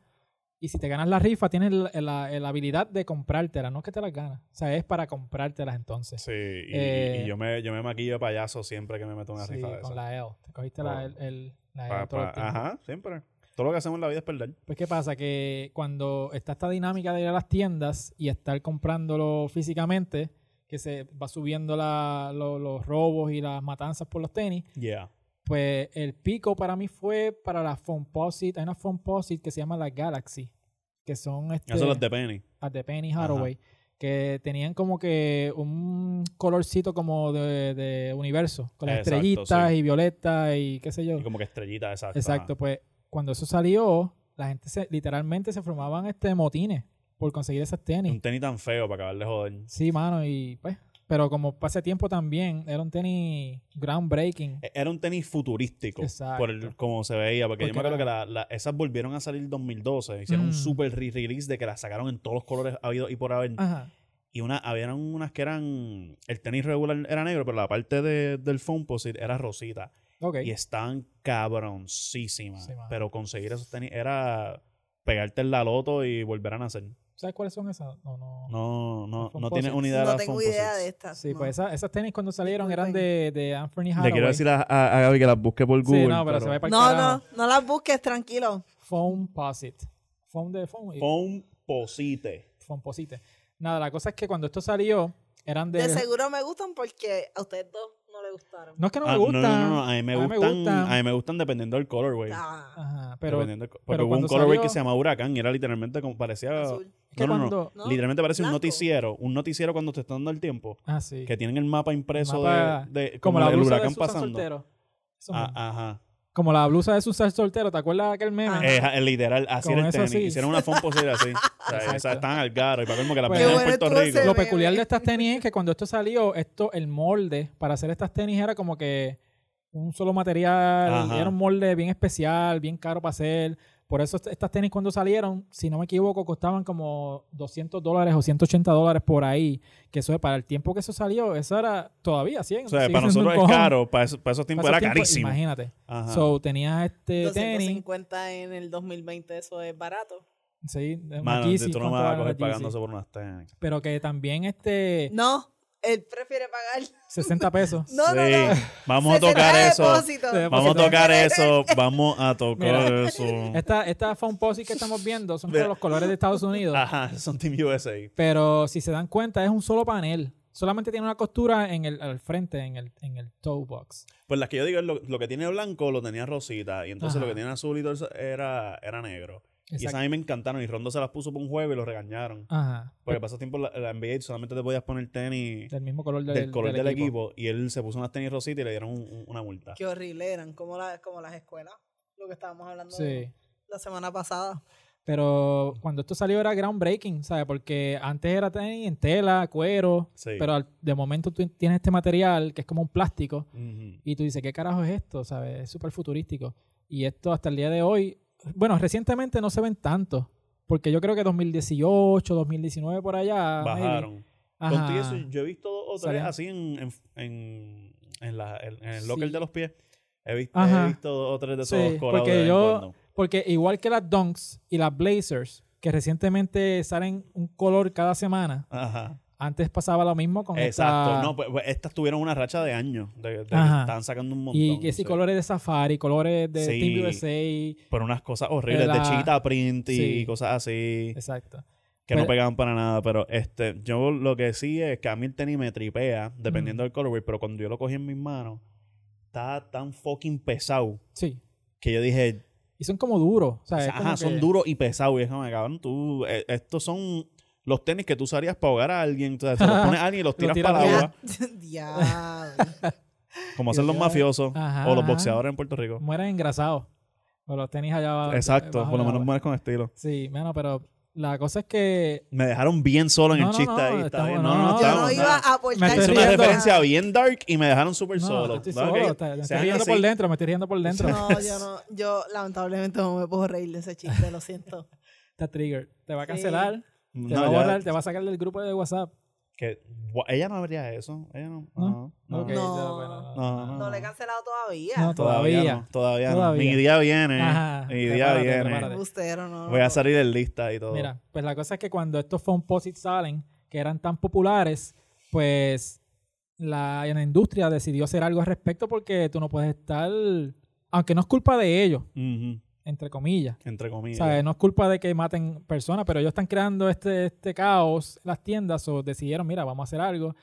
Speaker 1: y si te ganas la rifa, tienes la, la- la habilidad de comprártela. No es que te las ganas, o sea, es para comprártelas entonces.
Speaker 2: Sí, y,
Speaker 1: Eh,
Speaker 2: y yo, me, yo me maquillo de payaso siempre que me meto una
Speaker 1: Sí,
Speaker 2: rifa de
Speaker 1: con
Speaker 2: esas.
Speaker 1: la L. Te cogiste
Speaker 2: Oh.
Speaker 1: la, L- el- la L
Speaker 2: Pa-
Speaker 1: todo el
Speaker 2: pa-
Speaker 1: tiempo.
Speaker 2: ajá, siempre. Todo lo que hacemos en la vida es perder.
Speaker 1: Pues, ¿qué pasa? Que cuando está esta dinámica de ir a las tiendas y estar comprándolo físicamente, que se va subiendo la- lo- los robos y las matanzas por los tenis,
Speaker 2: Yeah.
Speaker 1: Pues el pico para mí fue para la Fomposite. Hay una Fomposite que se llama la Galaxy. Que son este,
Speaker 2: Eso Ah, son los de Penny.
Speaker 1: las de Penny
Speaker 2: Ajá.
Speaker 1: Hathaway. Que tenían como que un colorcito como de, de universo. Con las
Speaker 2: Exacto,
Speaker 1: estrellitas
Speaker 2: sí.
Speaker 1: y violetas y qué sé yo.
Speaker 2: Y como que estrellita, exacto.
Speaker 1: Exacto. Pues cuando eso salió, la gente se, literalmente se formaban este motines por conseguir esas
Speaker 2: ajá.
Speaker 1: tenis.
Speaker 2: Un tenis tan feo para acabar de joder.
Speaker 1: Sí, mano. Y pues... Pero como pase tiempo también, era un tenis groundbreaking.
Speaker 2: E- Era un tenis futurístico.
Speaker 1: Exacto.
Speaker 2: Por el, como se veía. Porque, yo me
Speaker 1: Porque
Speaker 2: acuerdo
Speaker 1: era-
Speaker 2: que la- la- esas volvieron a salir en 2012. Hicieron
Speaker 1: Mm.
Speaker 2: un super re-release de que las sacaron en todos los colores habidos y por haber.
Speaker 1: Ajá.
Speaker 2: Y una, habían unas que eran. El tenis regular era negro, pero la parte de- del Fomposite era rosita.
Speaker 1: Ok.
Speaker 2: Y estaban cabroncísimas.
Speaker 1: Sí, mano.
Speaker 2: pero conseguir esos tenis era pegarte en la loto y volver a nacer.
Speaker 1: ¿Sabes cuáles son esas? No, no.
Speaker 2: No, no, no
Speaker 1: Fomposites.
Speaker 2: tienes una idea de
Speaker 3: No
Speaker 2: las
Speaker 3: tengo idea de
Speaker 2: Fomposites.
Speaker 3: estas.
Speaker 1: Sí,
Speaker 3: no.
Speaker 1: pues esa- esas tenis cuando salieron eran
Speaker 3: Disculpen.
Speaker 1: de, de Anthony Hathaway.
Speaker 2: Le quiero decir a, a- a Gaby que las busque por Google.
Speaker 1: Sí, no, pero, se va para el
Speaker 3: No,
Speaker 1: carajo.
Speaker 3: no, no las busques, tranquilo.
Speaker 1: Foam Posit. Foam de foam. y-
Speaker 2: Fomposite.
Speaker 1: Foam Posite. Nada, la cosa es que cuando esto salió, eran de...
Speaker 3: De seguro me gustan porque a ustedes dos no les gustaron.
Speaker 1: no es que no
Speaker 2: Ah,
Speaker 1: me gustan.
Speaker 2: No, no, no, a mí me,
Speaker 1: A mí me
Speaker 2: gustan,
Speaker 1: gustan.
Speaker 2: A mí me gustan dependiendo del colorway.
Speaker 3: Ah,
Speaker 1: Ajá, pero es
Speaker 2: Dependiendo del co- porque hubo un
Speaker 1: cuando
Speaker 2: colorway
Speaker 1: salió-
Speaker 2: que se llama Huracán y era literalmente como
Speaker 1: Ah,
Speaker 2: parecía.
Speaker 3: azul.
Speaker 1: que
Speaker 2: No, no, no.
Speaker 1: cuando...
Speaker 3: ¿No?
Speaker 2: Literalmente parece un
Speaker 3: Blanco.
Speaker 2: noticiero. Un noticiero cuando te están dando el tiempo.
Speaker 1: Ah, sí.
Speaker 2: Que tienen el mapa impreso
Speaker 1: El mapa-
Speaker 2: de, de-
Speaker 1: Como
Speaker 2: como
Speaker 1: la
Speaker 2: el
Speaker 1: blusa de
Speaker 2: huracán
Speaker 1: Susan
Speaker 2: pasando.
Speaker 1: Soltero. Eso
Speaker 2: Ah,
Speaker 1: mismo.
Speaker 2: ajá.
Speaker 1: Como la blusa de Susan Soltero. ¿Te acuerdas de aquel meme?
Speaker 3: Ajá.
Speaker 2: Eh, ja, literal, así
Speaker 1: Con
Speaker 2: era el
Speaker 1: eso
Speaker 2: tenis.
Speaker 1: sí.
Speaker 2: Hicieron una fomposera así. O sea,
Speaker 1: Exacto.
Speaker 2: esas estaban al garo. Y para colmo que las
Speaker 1: Pues-
Speaker 2: vendían
Speaker 1: Qué
Speaker 2: en
Speaker 3: bueno
Speaker 2: Puerto
Speaker 3: estuvo
Speaker 2: Rico.
Speaker 3: ese-
Speaker 1: Lo
Speaker 3: bebé.
Speaker 1: peculiar de estas tenis es que cuando esto salió, esto, el molde para hacer estas tenis era como que un solo material,
Speaker 2: Ajá.
Speaker 1: era un molde bien especial, bien caro para hacer. Por eso est- estas tenis cuando salieron, si no me equivoco, costaban como 200 dólares o 180 dólares por ahí. Que eso es para el tiempo que eso salió, eso era todavía 100.
Speaker 2: O sea,
Speaker 1: sigue
Speaker 2: para
Speaker 1: siendo un
Speaker 2: nosotros es
Speaker 1: cojón.
Speaker 2: caro. Para, eso- para esos
Speaker 1: Para
Speaker 2: tiempos
Speaker 1: esos
Speaker 2: era
Speaker 1: tiempos,
Speaker 2: carísimo.
Speaker 1: Imagínate.
Speaker 2: Ajá.
Speaker 1: So, tenías este tenis.
Speaker 3: 250 en el 2020, eso es barato.
Speaker 1: Sí, una
Speaker 2: Mano,
Speaker 1: Yeezy,
Speaker 2: tú no me
Speaker 1: ¿cuánto
Speaker 2: vas a
Speaker 1: valen
Speaker 2: coger
Speaker 1: las Yeezy?
Speaker 2: pagándose por unas tenis.
Speaker 1: Pero que también este
Speaker 3: No, él prefiere pagar.
Speaker 1: 60 pesos.
Speaker 3: No, no, no.
Speaker 2: Sí, vamos a tocar
Speaker 3: 60
Speaker 2: eso.
Speaker 3: depósitos.
Speaker 1: Te-
Speaker 2: Vamos a
Speaker 1: Depósito.
Speaker 2: tocar eso, vamos a tocar
Speaker 1: Mira.
Speaker 2: eso.
Speaker 1: Esta, esta foam posit que estamos viendo son con
Speaker 2: Mira.
Speaker 1: los colores de Estados Unidos.
Speaker 2: Ajá, son Team USA.
Speaker 1: Pero si se dan cuenta, es un solo panel. Solamente tiene una costura en el al frente, en el, en el toe box.
Speaker 2: Pues las que yo digo es lo, lo que tiene blanco lo tenía rosita y entonces
Speaker 1: Ajá.
Speaker 2: lo que tiene azul y todo eso era, era negro. Y esas
Speaker 1: Exacto.
Speaker 2: a mí me encantaron y Rondo se las puso por un juego y lo regañaron.
Speaker 1: Ajá.
Speaker 2: Porque pasó tiempo la, la NBA solamente te podías poner tenis
Speaker 1: Pues Del mismo color del,
Speaker 2: del, color del, equipo. y él se puso unas tenis rositas y le dieron un- un- una multa.
Speaker 3: Qué horrible eran, como, la- como las escuelas, lo que estábamos hablando
Speaker 1: Sí.
Speaker 3: la semana pasada.
Speaker 1: Pero cuando esto salió era groundbreaking, ¿sabes? Porque antes era tenis en tela, cuero,
Speaker 2: Sí.
Speaker 1: pero al- de momento tú tienes este material que es como un plástico
Speaker 2: Ujú.
Speaker 1: y tú dices, ¿qué carajo es esto? ¿Sabes? Es súper futurístico. Y esto hasta el día de hoy, bueno, recientemente no se ven tanto, porque yo creo que 2018, 2019 por allá. maybe.
Speaker 2: Bajaron.
Speaker 1: Ajá.
Speaker 2: Contigo eso, yo he visto dos o tres
Speaker 1: Salen-
Speaker 2: así en, en, en, en la- en- en el
Speaker 1: Sí.
Speaker 2: locker de los pies. He vis- he visto,
Speaker 1: Ajá.
Speaker 2: dos o tres de
Speaker 1: Sí,
Speaker 2: esos colados
Speaker 1: porque
Speaker 2: de vez en
Speaker 1: yo-
Speaker 2: cuando.
Speaker 1: Porque igual que las Dunks y las Blazers, que recientemente salen un color cada semana,
Speaker 2: Ajá.
Speaker 1: antes pasaba lo mismo con
Speaker 2: Exacto.
Speaker 1: esta-
Speaker 2: No, pues, pues, estas tuvieron una racha de años. De, de que
Speaker 1: Ajá.
Speaker 2: están sacando un montón.
Speaker 1: y que sí,
Speaker 2: sí.
Speaker 1: colores de Safari, colores de
Speaker 2: Sí.
Speaker 1: Team USA.
Speaker 2: Pero unas cosas horribles
Speaker 1: De
Speaker 2: de
Speaker 1: la-
Speaker 2: chiquita print y
Speaker 1: Sí.
Speaker 2: cosas así.
Speaker 1: Exacto.
Speaker 2: que no
Speaker 1: Pero-
Speaker 2: pegaban para nada, pero este, yo lo que sí es que a mí el tenis me tripea, dependiendo del colorway, pero cuando yo lo cogí en mis manos, está tan fucking pesado
Speaker 1: Sí.
Speaker 2: que yo dije,
Speaker 1: Y son como duros. o sea, es como
Speaker 2: ajá, son
Speaker 1: que-
Speaker 2: duros y pesados, y es como, cabrón, tú, eh, estos son los tenis que tú usarías para ahogar a alguien, o sea, se los pones a alguien y los tiras
Speaker 1: tiras
Speaker 2: para el
Speaker 1: para
Speaker 2: agua,
Speaker 3: Diablo.
Speaker 2: como hacen los
Speaker 1: Ya.
Speaker 2: mafiosos
Speaker 1: Ajá,
Speaker 2: o los
Speaker 1: ajá.
Speaker 2: boxeadores en Puerto Rico.
Speaker 1: Mueren engrasados. O los tenis allá abajo.
Speaker 2: Exacto,
Speaker 1: bajo
Speaker 2: por lo
Speaker 1: el
Speaker 2: menos
Speaker 1: agua.
Speaker 2: mueres con estilo.
Speaker 1: Sí, bueno, pero la cosa es que.
Speaker 2: Me dejaron bien solo en
Speaker 1: No,
Speaker 2: el
Speaker 1: no,
Speaker 2: chiste
Speaker 1: no,
Speaker 2: ahí. está
Speaker 1: estamos-
Speaker 2: bien.
Speaker 1: no,
Speaker 2: No, no,
Speaker 1: no,
Speaker 2: no,
Speaker 1: yo
Speaker 3: Yo
Speaker 2: estamos,
Speaker 3: no
Speaker 2: nada.
Speaker 3: iba a aportar
Speaker 1: Me estoy
Speaker 2: Es
Speaker 3: nada.
Speaker 2: una
Speaker 1: riendo.
Speaker 2: referencia bien dark y me dejaron súper
Speaker 1: No,
Speaker 2: solo.
Speaker 1: yo estoy
Speaker 2: ¿no?
Speaker 1: solo.
Speaker 2: Ok.
Speaker 1: te- me estoy
Speaker 2: Sean
Speaker 1: riendo
Speaker 2: así.
Speaker 1: por dentro, me estoy riendo por dentro.
Speaker 3: No, yo no. Yo lamentablemente no me puedo reír de ese chiste, lo siento.
Speaker 1: Está trigger. Te va a
Speaker 3: Sí.
Speaker 1: cancelar, te
Speaker 2: No,
Speaker 1: va a
Speaker 2: ya,
Speaker 1: borrar, te va a sacar del grupo de WhatsApp.
Speaker 2: que- gua- ella no habría eso. Ella no.
Speaker 1: ¿No?
Speaker 2: No, no,
Speaker 1: Ok,
Speaker 3: No.
Speaker 1: ya, bueno,
Speaker 2: No, no,
Speaker 3: No lo he cancelado todavía.
Speaker 1: No,
Speaker 2: Todavía.
Speaker 1: todavía.
Speaker 2: no, Todavía. no.
Speaker 1: Todavía.
Speaker 2: Mi día viene.
Speaker 1: Ajá,
Speaker 2: Mi día
Speaker 1: prepárate,
Speaker 2: viene.
Speaker 1: prepárate.
Speaker 3: Bustero, no.
Speaker 2: Voy a
Speaker 3: no.
Speaker 2: salir en lista y todo.
Speaker 1: Mira, pues la cosa es que cuando estos phone posits salen, que eran tan populares, pues la, la industria decidió hacer algo al respecto porque tú no puedes estar, aunque no es culpa de ellos,
Speaker 2: Ujú,
Speaker 1: entre comillas.
Speaker 2: Entre
Speaker 1: O
Speaker 2: comillas.
Speaker 1: sea, no es culpa de que maten personas, pero ellos están creando este, este caos, en las tiendas, o decidieron, mira, vamos a hacer algo.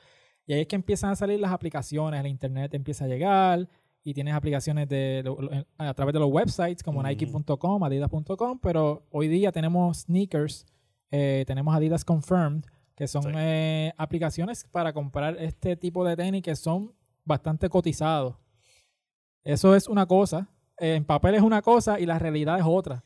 Speaker 1: Y ahí es que empiezan a salir las aplicaciones, el internet empieza a llegar, y tienes aplicaciones de, lo- lo- a través de los websites como
Speaker 2: Ujú.
Speaker 1: Nike.com, Adidas.com, pero hoy día tenemos sneakers, eh, tenemos Adidas Confirmed, que son
Speaker 2: Sí.
Speaker 1: eh, aplicaciones para comprar este tipo de tenis que son bastante cotizados. Eso es una cosa, eh, en papel es una cosa y la realidad es otra.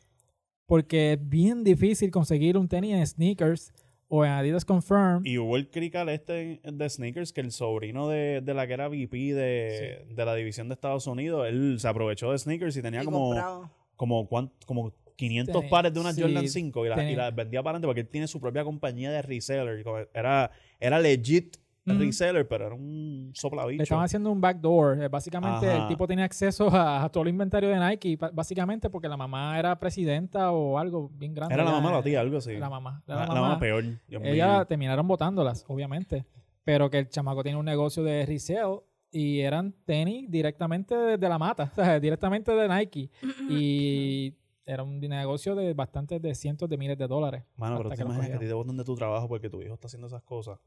Speaker 1: Porque es bien difícil conseguir un tenis en sneakers o en Adidas Confirm.
Speaker 2: Y hubo el crical este de Sneakers que el sobrino de, de la que era VP de, de la división de Estados Unidos, él se aprovechó de Sneakers y tenía
Speaker 3: Y
Speaker 2: como,
Speaker 3: comprado.
Speaker 2: como, cuan- como 500
Speaker 1: Tenía-
Speaker 2: pares de una
Speaker 1: sí,
Speaker 2: Jordan 5 y las
Speaker 1: tenía.
Speaker 2: vendía para adelante porque él tiene su propia compañía de reseller. y como Era, era legit
Speaker 1: Ujú.
Speaker 2: reseller, pero era un
Speaker 1: Le
Speaker 2: soplabicho.
Speaker 1: estaban haciendo un backdoor. Eh, Básicamente el
Speaker 2: Ajá.
Speaker 1: tipo tenía acceso a, a todo el inventario de Nike, ba- básicamente porque la mamá era presidenta o algo bien grande.
Speaker 2: Era la
Speaker 1: allá
Speaker 2: mamá o la
Speaker 1: en-
Speaker 2: tía, algo así.
Speaker 1: La mamá.
Speaker 2: La,
Speaker 1: era La,
Speaker 2: la
Speaker 1: mamá.
Speaker 2: mamá peor. Dios mío.
Speaker 1: Ella terminaron votándolas, obviamente. Pero que el chamaco tiene un negocio de resale y eran tenis directamente de, de la mata, o sea, directamente de Nike. Y era un negocio de bastantes de cientos de miles de dólares.
Speaker 2: Mano, pero
Speaker 1: hasta que
Speaker 2: tú te
Speaker 1: lo
Speaker 2: imaginas que a ti
Speaker 1: cogieron.
Speaker 2: te botan de tu trabajo porque tu hijo está haciendo esas cosas.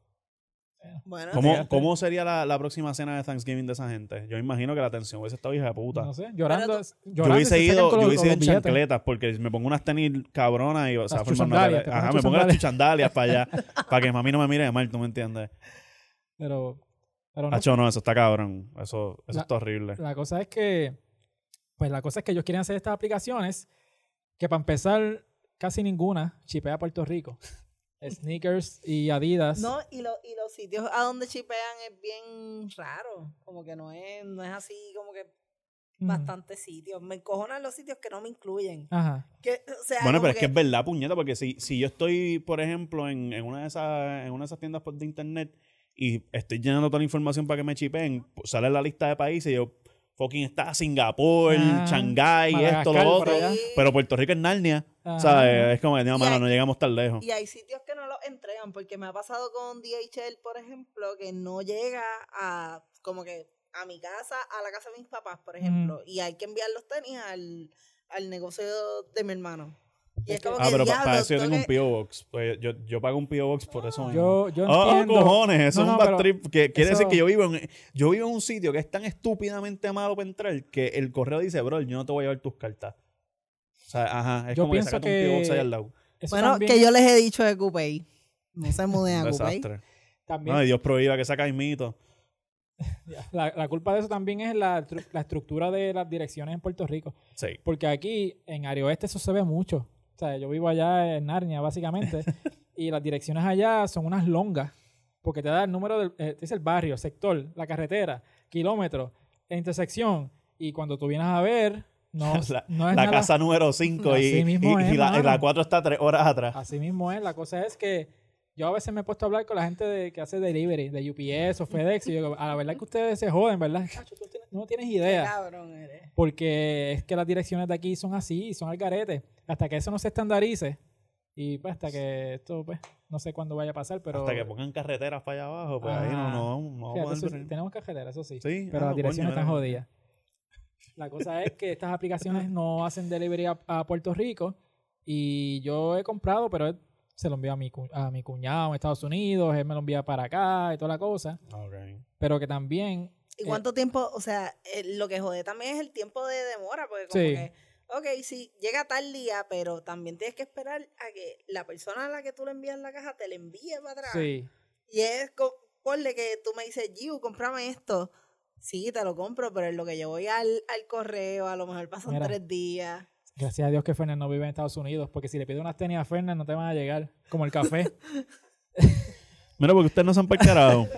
Speaker 3: Bueno,
Speaker 2: ¿Cómo,
Speaker 1: llegaste.
Speaker 2: cómo sería la, la próxima cena de Thanksgiving de esa gente? Yo imagino que la atención hubiese estado hija de puta.
Speaker 1: No sé, llorando.
Speaker 3: Pero
Speaker 2: yo
Speaker 1: llorando
Speaker 2: hubiese
Speaker 1: se sacan
Speaker 2: ido,
Speaker 1: con
Speaker 2: yo
Speaker 1: los-
Speaker 2: hubiese
Speaker 1: con los
Speaker 2: ido en
Speaker 1: billetes.
Speaker 2: chancletas porque me pongo unas tenis cabronas y o sea,
Speaker 1: Las
Speaker 2: formar
Speaker 1: chuchandalias,
Speaker 2: una pelea.
Speaker 1: te pones
Speaker 2: Ajá, me pongo las
Speaker 1: chuchandalias.
Speaker 2: chuchandalias para allá para que mami no me mire de mal, tú me entiendes.
Speaker 1: Pero, pero no.
Speaker 2: Hacho, no, eso está cabrón. Eso, eso
Speaker 1: La-
Speaker 2: está horrible.
Speaker 1: La cosa es que, pues la cosa es que ellos quieren hacer estas aplicaciones que para empezar casi ninguna chipea a Puerto Rico. Sneakers y Adidas.
Speaker 3: No, y, lo- y los sitios a donde chipean es bien raro. Como que no es, no es así, como que
Speaker 1: Mm.
Speaker 3: bastantes sitios. Me encojonan los sitios que no me incluyen.
Speaker 1: Ajá.
Speaker 3: Que, o sea,
Speaker 2: Ah. Bueno,
Speaker 3: como
Speaker 2: pero es que es verdad, puñeta, porque si, si yo estoy, por ejemplo, en, en una de esas, en una de esas tiendas por- de internet y estoy llenando toda la información para que me chipen, pues, sale la lista de países y yo, fucking está Singapur,
Speaker 1: Ah,
Speaker 2: Shanghái, esto,
Speaker 1: Madagascar,
Speaker 2: lo
Speaker 1: por
Speaker 2: otro.
Speaker 1: allá.
Speaker 3: Sí.
Speaker 2: Pero Puerto Rico es Narnia,
Speaker 1: Ajá.
Speaker 2: ¿sabes? Es como, no,
Speaker 3: Y
Speaker 2: mano,
Speaker 3: hay-
Speaker 2: no llegamos tan lejos.
Speaker 3: Y hay sitios que no los entregan, porque me ha pasado con DHL, por ejemplo, que no llega a, como que a mi casa, a la casa de mis papás,
Speaker 2: Mm.
Speaker 3: por ejemplo, y hay que enviar los tenis al, al negocio de mi hermano. Y es como
Speaker 2: Ah,
Speaker 3: que,
Speaker 2: pero pa-
Speaker 3: diablo,
Speaker 2: para eso yo
Speaker 3: tengo
Speaker 2: tengo un
Speaker 3: que-
Speaker 2: P.O. Box. Pues, yo, yo pago un P.O. Box por eso mismo.
Speaker 1: Yo, yo
Speaker 2: Ah,
Speaker 1: entiendo.
Speaker 2: cojones, eso
Speaker 1: No,
Speaker 2: es
Speaker 1: no,
Speaker 2: un bad
Speaker 1: pero
Speaker 2: trip. Que quiere
Speaker 1: eso-
Speaker 2: decir que yo vivo, en, yo vivo en un sitio que es tan estúpidamente malo para entrar que el correo dice, bro, yo no te voy a llevar tus cartas. O sea, ajá, es
Speaker 1: Yo
Speaker 2: como que
Speaker 1: pienso
Speaker 2: sacate
Speaker 1: que-
Speaker 2: un P.O. Box ahí al lado.
Speaker 1: Eso
Speaker 3: Bueno,
Speaker 1: también-
Speaker 3: que yo les he dicho de Coupey. No se muden
Speaker 2: Un
Speaker 3: a Coupey.
Speaker 2: desastre.
Speaker 1: también-
Speaker 2: No, y Dios prohíba que saca mito.
Speaker 1: la, la culpa de eso también es la, tru- la estructura de las direcciones en Puerto Rico.
Speaker 2: Sí.
Speaker 1: Porque aquí, en Área Oeste, eso se ve mucho. O sea, yo vivo allá en Narnia, básicamente. y las direcciones allá son unas longas. Porque te da el número del. eh, te dice el barrio, sector, la carretera, kilómetro, intersección. Y cuando tú vienes a ver, no,
Speaker 2: La-
Speaker 1: no es
Speaker 2: La
Speaker 1: nada-
Speaker 2: casa número 5 y,
Speaker 1: Así mismo
Speaker 2: y- y
Speaker 1: es,
Speaker 2: la, y la
Speaker 1: mano. Ah,
Speaker 2: cuatro está tres horas atrás.
Speaker 1: Así mismo es. La cosa es que yo a veces me he puesto a hablar con la gente de, que hace delivery, de UPS o FedEx, y yo digo, a la verdad es que ustedes se joden, ¿verdad? Chacho, tú tienes- no tienes
Speaker 3: Qué
Speaker 1: idea.
Speaker 3: cabrón eres.
Speaker 1: Porque es que las direcciones de aquí son así, son al garete. Hasta que eso no se estandarice. Y pues hasta que esto, pues, no sé cuándo vaya a pasar, pero.
Speaker 2: Hasta que pongan carreteras para allá abajo, pues ahí no,
Speaker 1: Ajá.
Speaker 2: no, vamos- no
Speaker 1: Fíjate,
Speaker 2: vamos a
Speaker 1: eso
Speaker 2: poder
Speaker 1: sí,
Speaker 2: venir.
Speaker 1: tenemos cajetera, eso sí.
Speaker 2: Sí,
Speaker 1: Pero
Speaker 2: ah,
Speaker 1: las
Speaker 2: no,
Speaker 1: direcciones
Speaker 2: coño,
Speaker 1: están
Speaker 2: mira.
Speaker 1: jodidas. La cosa es que estas aplicaciones no hacen delivery a, a Puerto Rico y yo he comprado, pero él se lo envió a mi, cu- a mi cuñado en Estados Unidos, él me lo envía para acá y toda la cosa,
Speaker 2: Ok.
Speaker 1: pero que también...
Speaker 3: ¿Y
Speaker 1: eh,
Speaker 3: cuánto tiempo? O sea, eh, lo que jode también es el tiempo de demora, porque como
Speaker 1: Sí.
Speaker 3: que, ok, sí, llega tal día, pero también tienes que esperar a que la persona a la que tú le envías la caja te la envíe para atrás.
Speaker 1: sí,
Speaker 3: Y es, co- ponle que tú me dices, Giu, cómprame esto. Sí, te lo compro, pero en lo que yo voy al, al correo, a lo mejor pasan
Speaker 1: Mira.
Speaker 3: tres días.
Speaker 1: gracias a Dios que Fernan no vive en Estados Unidos, porque si le pido unas tenis a Fernan no te van a llegar, como el café,
Speaker 2: Mira, porque ustedes no se han percarado.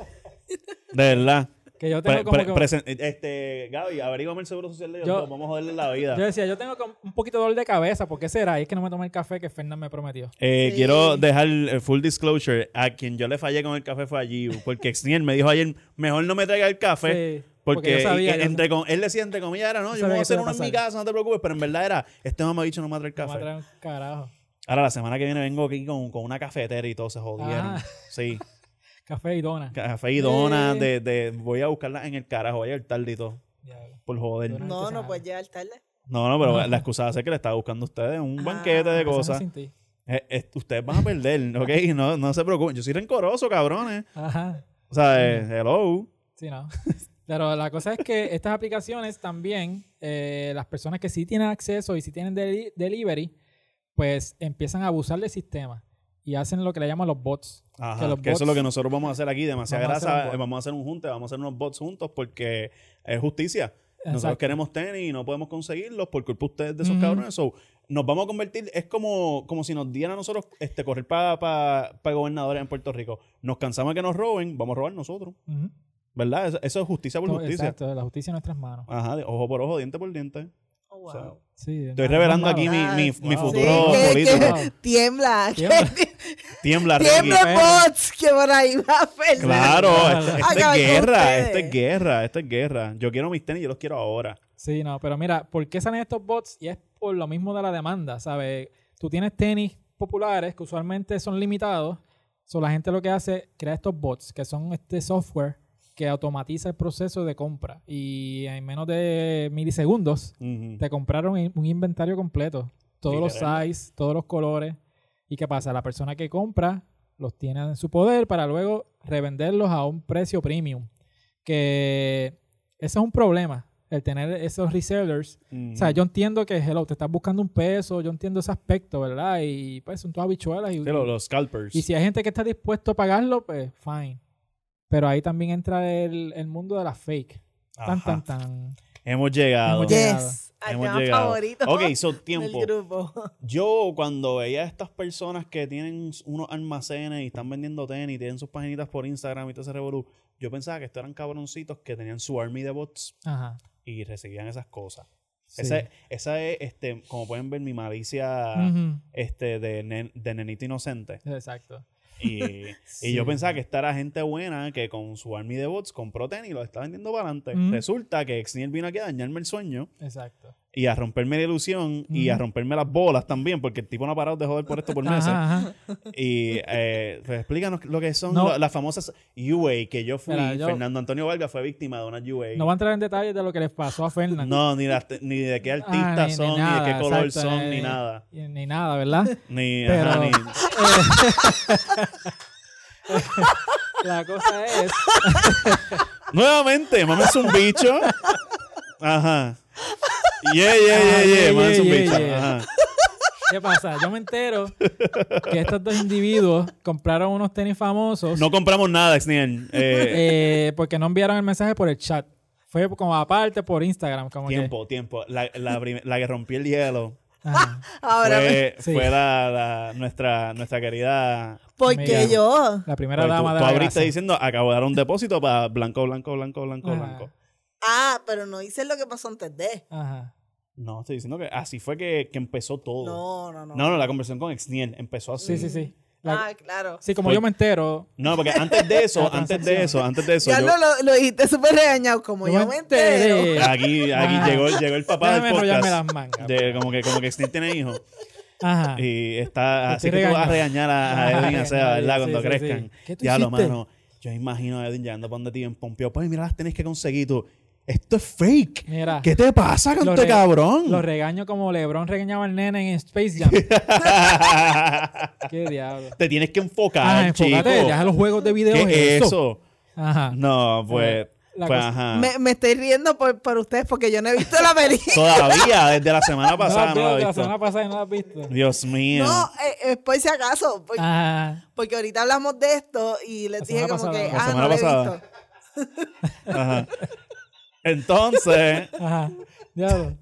Speaker 2: De verdad.
Speaker 1: que yo tengo
Speaker 2: Pre-
Speaker 1: como
Speaker 2: pre-
Speaker 1: que-
Speaker 2: presen- este, Gaby, averígame el seguro social de ellos
Speaker 1: Yo-
Speaker 2: dos, Vamos a joderle la vida.
Speaker 1: Yo decía, yo tengo como un poquito de dolor de cabeza, ¿por qué será? Y es que no me tomé el café que Fernan me prometió.
Speaker 2: Eh,
Speaker 3: Sí.
Speaker 2: Quiero dejar eh, full disclosure. A quien yo le fallé con el café fue a Giu. Porque Xniel me dijo ayer, mejor no me traiga el café.
Speaker 1: Sí,
Speaker 2: Porque,
Speaker 1: yo sabía,
Speaker 2: y-
Speaker 1: yo
Speaker 2: entre com- él decía entre comillas era, no, yo
Speaker 1: sabía
Speaker 2: me voy a
Speaker 1: que
Speaker 2: hacer
Speaker 1: iba a
Speaker 2: uno en mi
Speaker 1: pasar.
Speaker 2: casa, no te preocupes. Pero en verdad era, este mamabicho no me trae el
Speaker 1: sabía, no me
Speaker 2: café.
Speaker 1: trae un carajo.
Speaker 2: Ahora la semana que viene vengo aquí con, con una cafetera y todo, se jodieron.
Speaker 1: Ah.
Speaker 2: Sí.
Speaker 1: Café y dona.
Speaker 2: Café y donas,
Speaker 1: Eh.
Speaker 2: de, de- voy a buscarlas en el carajo, voy a ir tarde y todo.
Speaker 1: Diablo.
Speaker 2: Por joder.
Speaker 1: Donas.
Speaker 3: No,
Speaker 1: artesanales.
Speaker 3: no puedes llegar tarde.
Speaker 2: No, no, pero
Speaker 1: No.
Speaker 2: la excusa es que le estaba buscando a ustedes un
Speaker 3: Ah,
Speaker 2: banquete de
Speaker 1: Empezamos
Speaker 2: cosas.
Speaker 1: sin ti.
Speaker 2: Eh, eh, ustedes van a perder, ¿ok? No, no se preocupen. Yo soy rencoroso, cabrones.
Speaker 1: Ajá.
Speaker 2: O sea, eh, hello.
Speaker 1: Sí, no. Pero la cosa es que estas aplicaciones también, eh, las personas que sí tienen acceso y sí tienen deli- delivery, pues empiezan a abusar del sistema y hacen lo que le llaman los bots.
Speaker 2: Ajá,
Speaker 1: Que los
Speaker 2: que, eso es lo
Speaker 1: bots-
Speaker 2: que nosotros vamos a hacer aquí. Demasiada
Speaker 1: Vamos a hacer un
Speaker 2: grasa.
Speaker 1: bot.
Speaker 2: eh, Vamos a hacer un junte, vamos a hacer unos bots juntos porque es justicia. Nosotros
Speaker 1: Exacto.
Speaker 2: queremos tenis y no podemos conseguirlos por culpa de ustedes de esos
Speaker 1: Ujú.
Speaker 2: cabrones. So, nos vamos a convertir, es como, como si nos dieran a nosotros este, correr para gobernadores en Puerto Rico. Nos cansamos de que nos roben, vamos a robar nosotros.
Speaker 1: Ujú.
Speaker 2: ¿Verdad? Eso, eso es justicia por
Speaker 1: Todo-
Speaker 2: justicia.
Speaker 1: Exacto, la justicia en nuestras manos.
Speaker 2: Ajá, de ojo por ojo, diente por diente.
Speaker 3: Oh,
Speaker 2: O
Speaker 3: wow.
Speaker 2: sea,
Speaker 1: Sí,
Speaker 2: estoy revelando aquí mi, mi,
Speaker 1: Wow. Sí,
Speaker 2: mi futuro
Speaker 1: que-
Speaker 2: político.
Speaker 1: que-
Speaker 3: Tiembla,
Speaker 1: Tiembla.
Speaker 2: Tiembla, Ricky.
Speaker 1: Tiembla.
Speaker 3: tiembla bots que por ahí va a perder.
Speaker 2: Claro,
Speaker 1: Claro.
Speaker 2: esto- esto
Speaker 3: Acaban
Speaker 2: es
Speaker 3: con
Speaker 2: guerra,
Speaker 3: ustedes.
Speaker 2: esto es guerra, esto es guerra. Yo quiero mis tenis, yo los quiero ahora.
Speaker 1: Sí, no, pero mira, ¿por qué salen estos bots? Y es por lo mismo de la demanda, ¿sabes? Tú tienes tenis populares que usualmente son limitados, so, la gente lo que hace, crea estos bots, que son este software que automatiza el proceso de compra y en menos de milisegundos
Speaker 2: Ujú.
Speaker 1: te compraron in- un inventario completo, todos los
Speaker 2: Literal.
Speaker 1: sizes, todos los colores. ¿Y qué pasa? La persona que compra los tiene en su poder para luego revenderlos a un precio premium. Que ese es un problema, el tener esos resellers.
Speaker 2: Ujú.
Speaker 1: O sea, yo entiendo que, hello, te estás buscando un peso, yo entiendo ese aspecto, ¿verdad? Y pues son todas habichuelas. Y,
Speaker 2: Sí, los, los scalpers.
Speaker 1: y si hay gente que está dispuesto a pagarlo, pues fine. Pero ahí también entra el, el mundo de las fake. Tan,
Speaker 2: Ajá.
Speaker 1: tan, tan.
Speaker 2: Hemos llegado.
Speaker 1: Hemos
Speaker 3: Yes, al
Speaker 2: Hemos
Speaker 3: tema
Speaker 2: llegado.
Speaker 3: favorito
Speaker 2: Ok, so
Speaker 3: del
Speaker 2: tiempo.
Speaker 3: grupo.
Speaker 2: Yo cuando veía a estas personas que tienen unos almacenes y están vendiendo tenis, tienen sus paginitas por Instagram y todo ese revolú, yo pensaba que estos eran cabroncitos que tenían su army de bots
Speaker 1: Ajá.
Speaker 2: y recibían esas cosas.
Speaker 1: sí.
Speaker 2: Esa, esa es, este, como pueden ver, mi malicia
Speaker 1: Ujú.
Speaker 2: este, de, nen- de nenito inocente.
Speaker 1: Exacto.
Speaker 2: Y,
Speaker 1: Sí.
Speaker 2: y yo pensaba que esta era gente buena que con su army de bots compró tenis y lo está vendiendo para adelante.
Speaker 1: Mm.
Speaker 2: Resulta que Xniel vino aquí a dañarme el sueño
Speaker 1: Exacto.
Speaker 2: y a romperme la ilusión y a
Speaker 1: Ujú.
Speaker 2: romperme las bolas también, porque el tipo no ha parado de joder por esto por meses.
Speaker 1: Ajá, ajá.
Speaker 2: Y eh, pues, explícanos lo que son
Speaker 1: No.
Speaker 2: lo- las famosas UA que yo fui.
Speaker 1: Mira, yo-
Speaker 2: Fernando Antonio Vargas fue víctima de una UA.
Speaker 1: No va a entrar en detalles de lo que les pasó a Fernan.
Speaker 2: No, ni, las te- ni de qué artistas
Speaker 1: ni- ni
Speaker 2: son, ni,
Speaker 1: nada,
Speaker 2: de qué color
Speaker 1: exacto,
Speaker 2: son,
Speaker 1: eh,
Speaker 2: ni nada.
Speaker 1: Y- Ni nada, ¿verdad?
Speaker 2: Ni,
Speaker 1: Pero-
Speaker 2: ajá, ni-
Speaker 1: La cosa es.
Speaker 2: Nuevamente, mames un bicho. Ajá. Yeah, yeah,
Speaker 1: Ah,
Speaker 2: yeah, yeah,
Speaker 1: yeah,
Speaker 2: mames un
Speaker 1: yeah,
Speaker 2: bicho.
Speaker 1: yeah.
Speaker 2: Ajá.
Speaker 1: ¿Qué pasa? Yo me entero que estos dos individuos compraron unos tenis famosos
Speaker 2: No compramos nada, Xniel. Eh,
Speaker 1: eh, porque no enviaron el mensaje por el chat. Fue como aparte por Instagram. Como que-
Speaker 2: tiempo, tiempo. La, la prim- la que rompió el hielo.
Speaker 1: Ajá.
Speaker 3: Ahora, pues, me-
Speaker 2: fue,
Speaker 1: Sí.
Speaker 2: fue la, la- nuestra, nuestra querida.
Speaker 3: ¿por
Speaker 1: Mira.
Speaker 3: qué yo?
Speaker 1: La primera
Speaker 2: Oye, tú-
Speaker 1: dama
Speaker 2: tú,
Speaker 1: de la
Speaker 2: abriste
Speaker 1: grasa.
Speaker 2: diciendo, acabo de dar un depósito para blanco, blanco, blanco, blanco,
Speaker 1: Ajá.
Speaker 2: blanco.
Speaker 3: Ah, pero no hice lo que pasó antes de.
Speaker 1: Ajá.
Speaker 2: No, estoy diciendo que así fue que, que empezó todo.
Speaker 3: No, no, no.
Speaker 2: Oh. No, no, la conversación con Exniel empezó
Speaker 1: Sí,
Speaker 2: así.
Speaker 1: sí, sí. La-
Speaker 3: Ah, claro.
Speaker 1: sí, como
Speaker 2: Pues-
Speaker 1: yo me entero.
Speaker 2: No, porque antes de eso,
Speaker 1: La
Speaker 2: antes
Speaker 1: transacción.
Speaker 2: de eso, antes de eso,
Speaker 3: ya
Speaker 2: yo-
Speaker 3: no lo, lo dijiste súper regañado, como
Speaker 1: Yo
Speaker 3: yo
Speaker 1: me
Speaker 3: me entero.
Speaker 1: enteré.
Speaker 2: aquí, aquí
Speaker 1: Ajá.
Speaker 2: llegó, llegó el papá
Speaker 1: Déjame
Speaker 2: del
Speaker 1: enrollarme las
Speaker 2: podcast.
Speaker 1: mangas.
Speaker 2: de- como que como que Exniel tiene hijos
Speaker 1: Ajá.
Speaker 2: y está
Speaker 1: Estoy
Speaker 2: así que tú vas a
Speaker 1: regañado.
Speaker 2: regañar a, a Edwin
Speaker 1: Ajá,
Speaker 2: o sea, ¿verdad?
Speaker 1: sí,
Speaker 2: Cuando
Speaker 1: sí,
Speaker 2: crezcan.
Speaker 1: sí. ¿Qué tú
Speaker 2: Ya lo
Speaker 1: hiciste?
Speaker 2: mano, yo imagino a Edwin llegando para donde ti en Pompeo, pues mira las tenés que conseguir tú. Esto es fake.
Speaker 1: Mira.
Speaker 2: ¿Qué te pasa con
Speaker 1: Lo
Speaker 2: este
Speaker 1: re-
Speaker 2: cabrón?
Speaker 1: Los regaño como LeBron regañaba al nene en Space Jam. Qué diablo.
Speaker 2: te tienes que enfocar,
Speaker 1: Ah, enfócate,
Speaker 2: chico.
Speaker 1: deja los juegos de video.
Speaker 2: ¿Qué es
Speaker 1: eso.
Speaker 2: eso?
Speaker 1: Ajá.
Speaker 2: No, pues,
Speaker 1: La
Speaker 2: pues,
Speaker 1: cosa-
Speaker 2: ajá.
Speaker 3: Me, me estoy riendo por, por ustedes porque yo no he visto la película.
Speaker 2: Todavía, desde la semana pasada
Speaker 1: no,
Speaker 2: no lo he
Speaker 1: la
Speaker 2: visto.
Speaker 1: semana pasada no la has visto.
Speaker 2: Dios mío.
Speaker 3: No, eh, es por si acaso, por-
Speaker 1: Ajá.
Speaker 3: porque ahorita hablamos de esto y les
Speaker 1: La
Speaker 3: dije
Speaker 1: semana
Speaker 3: como
Speaker 1: pasada,
Speaker 3: que,
Speaker 1: la
Speaker 3: ah,
Speaker 2: Ah. semana
Speaker 3: no la he
Speaker 2: pasada.
Speaker 3: visto.
Speaker 2: Ajá. Entonces,
Speaker 1: Ajá. Diablo.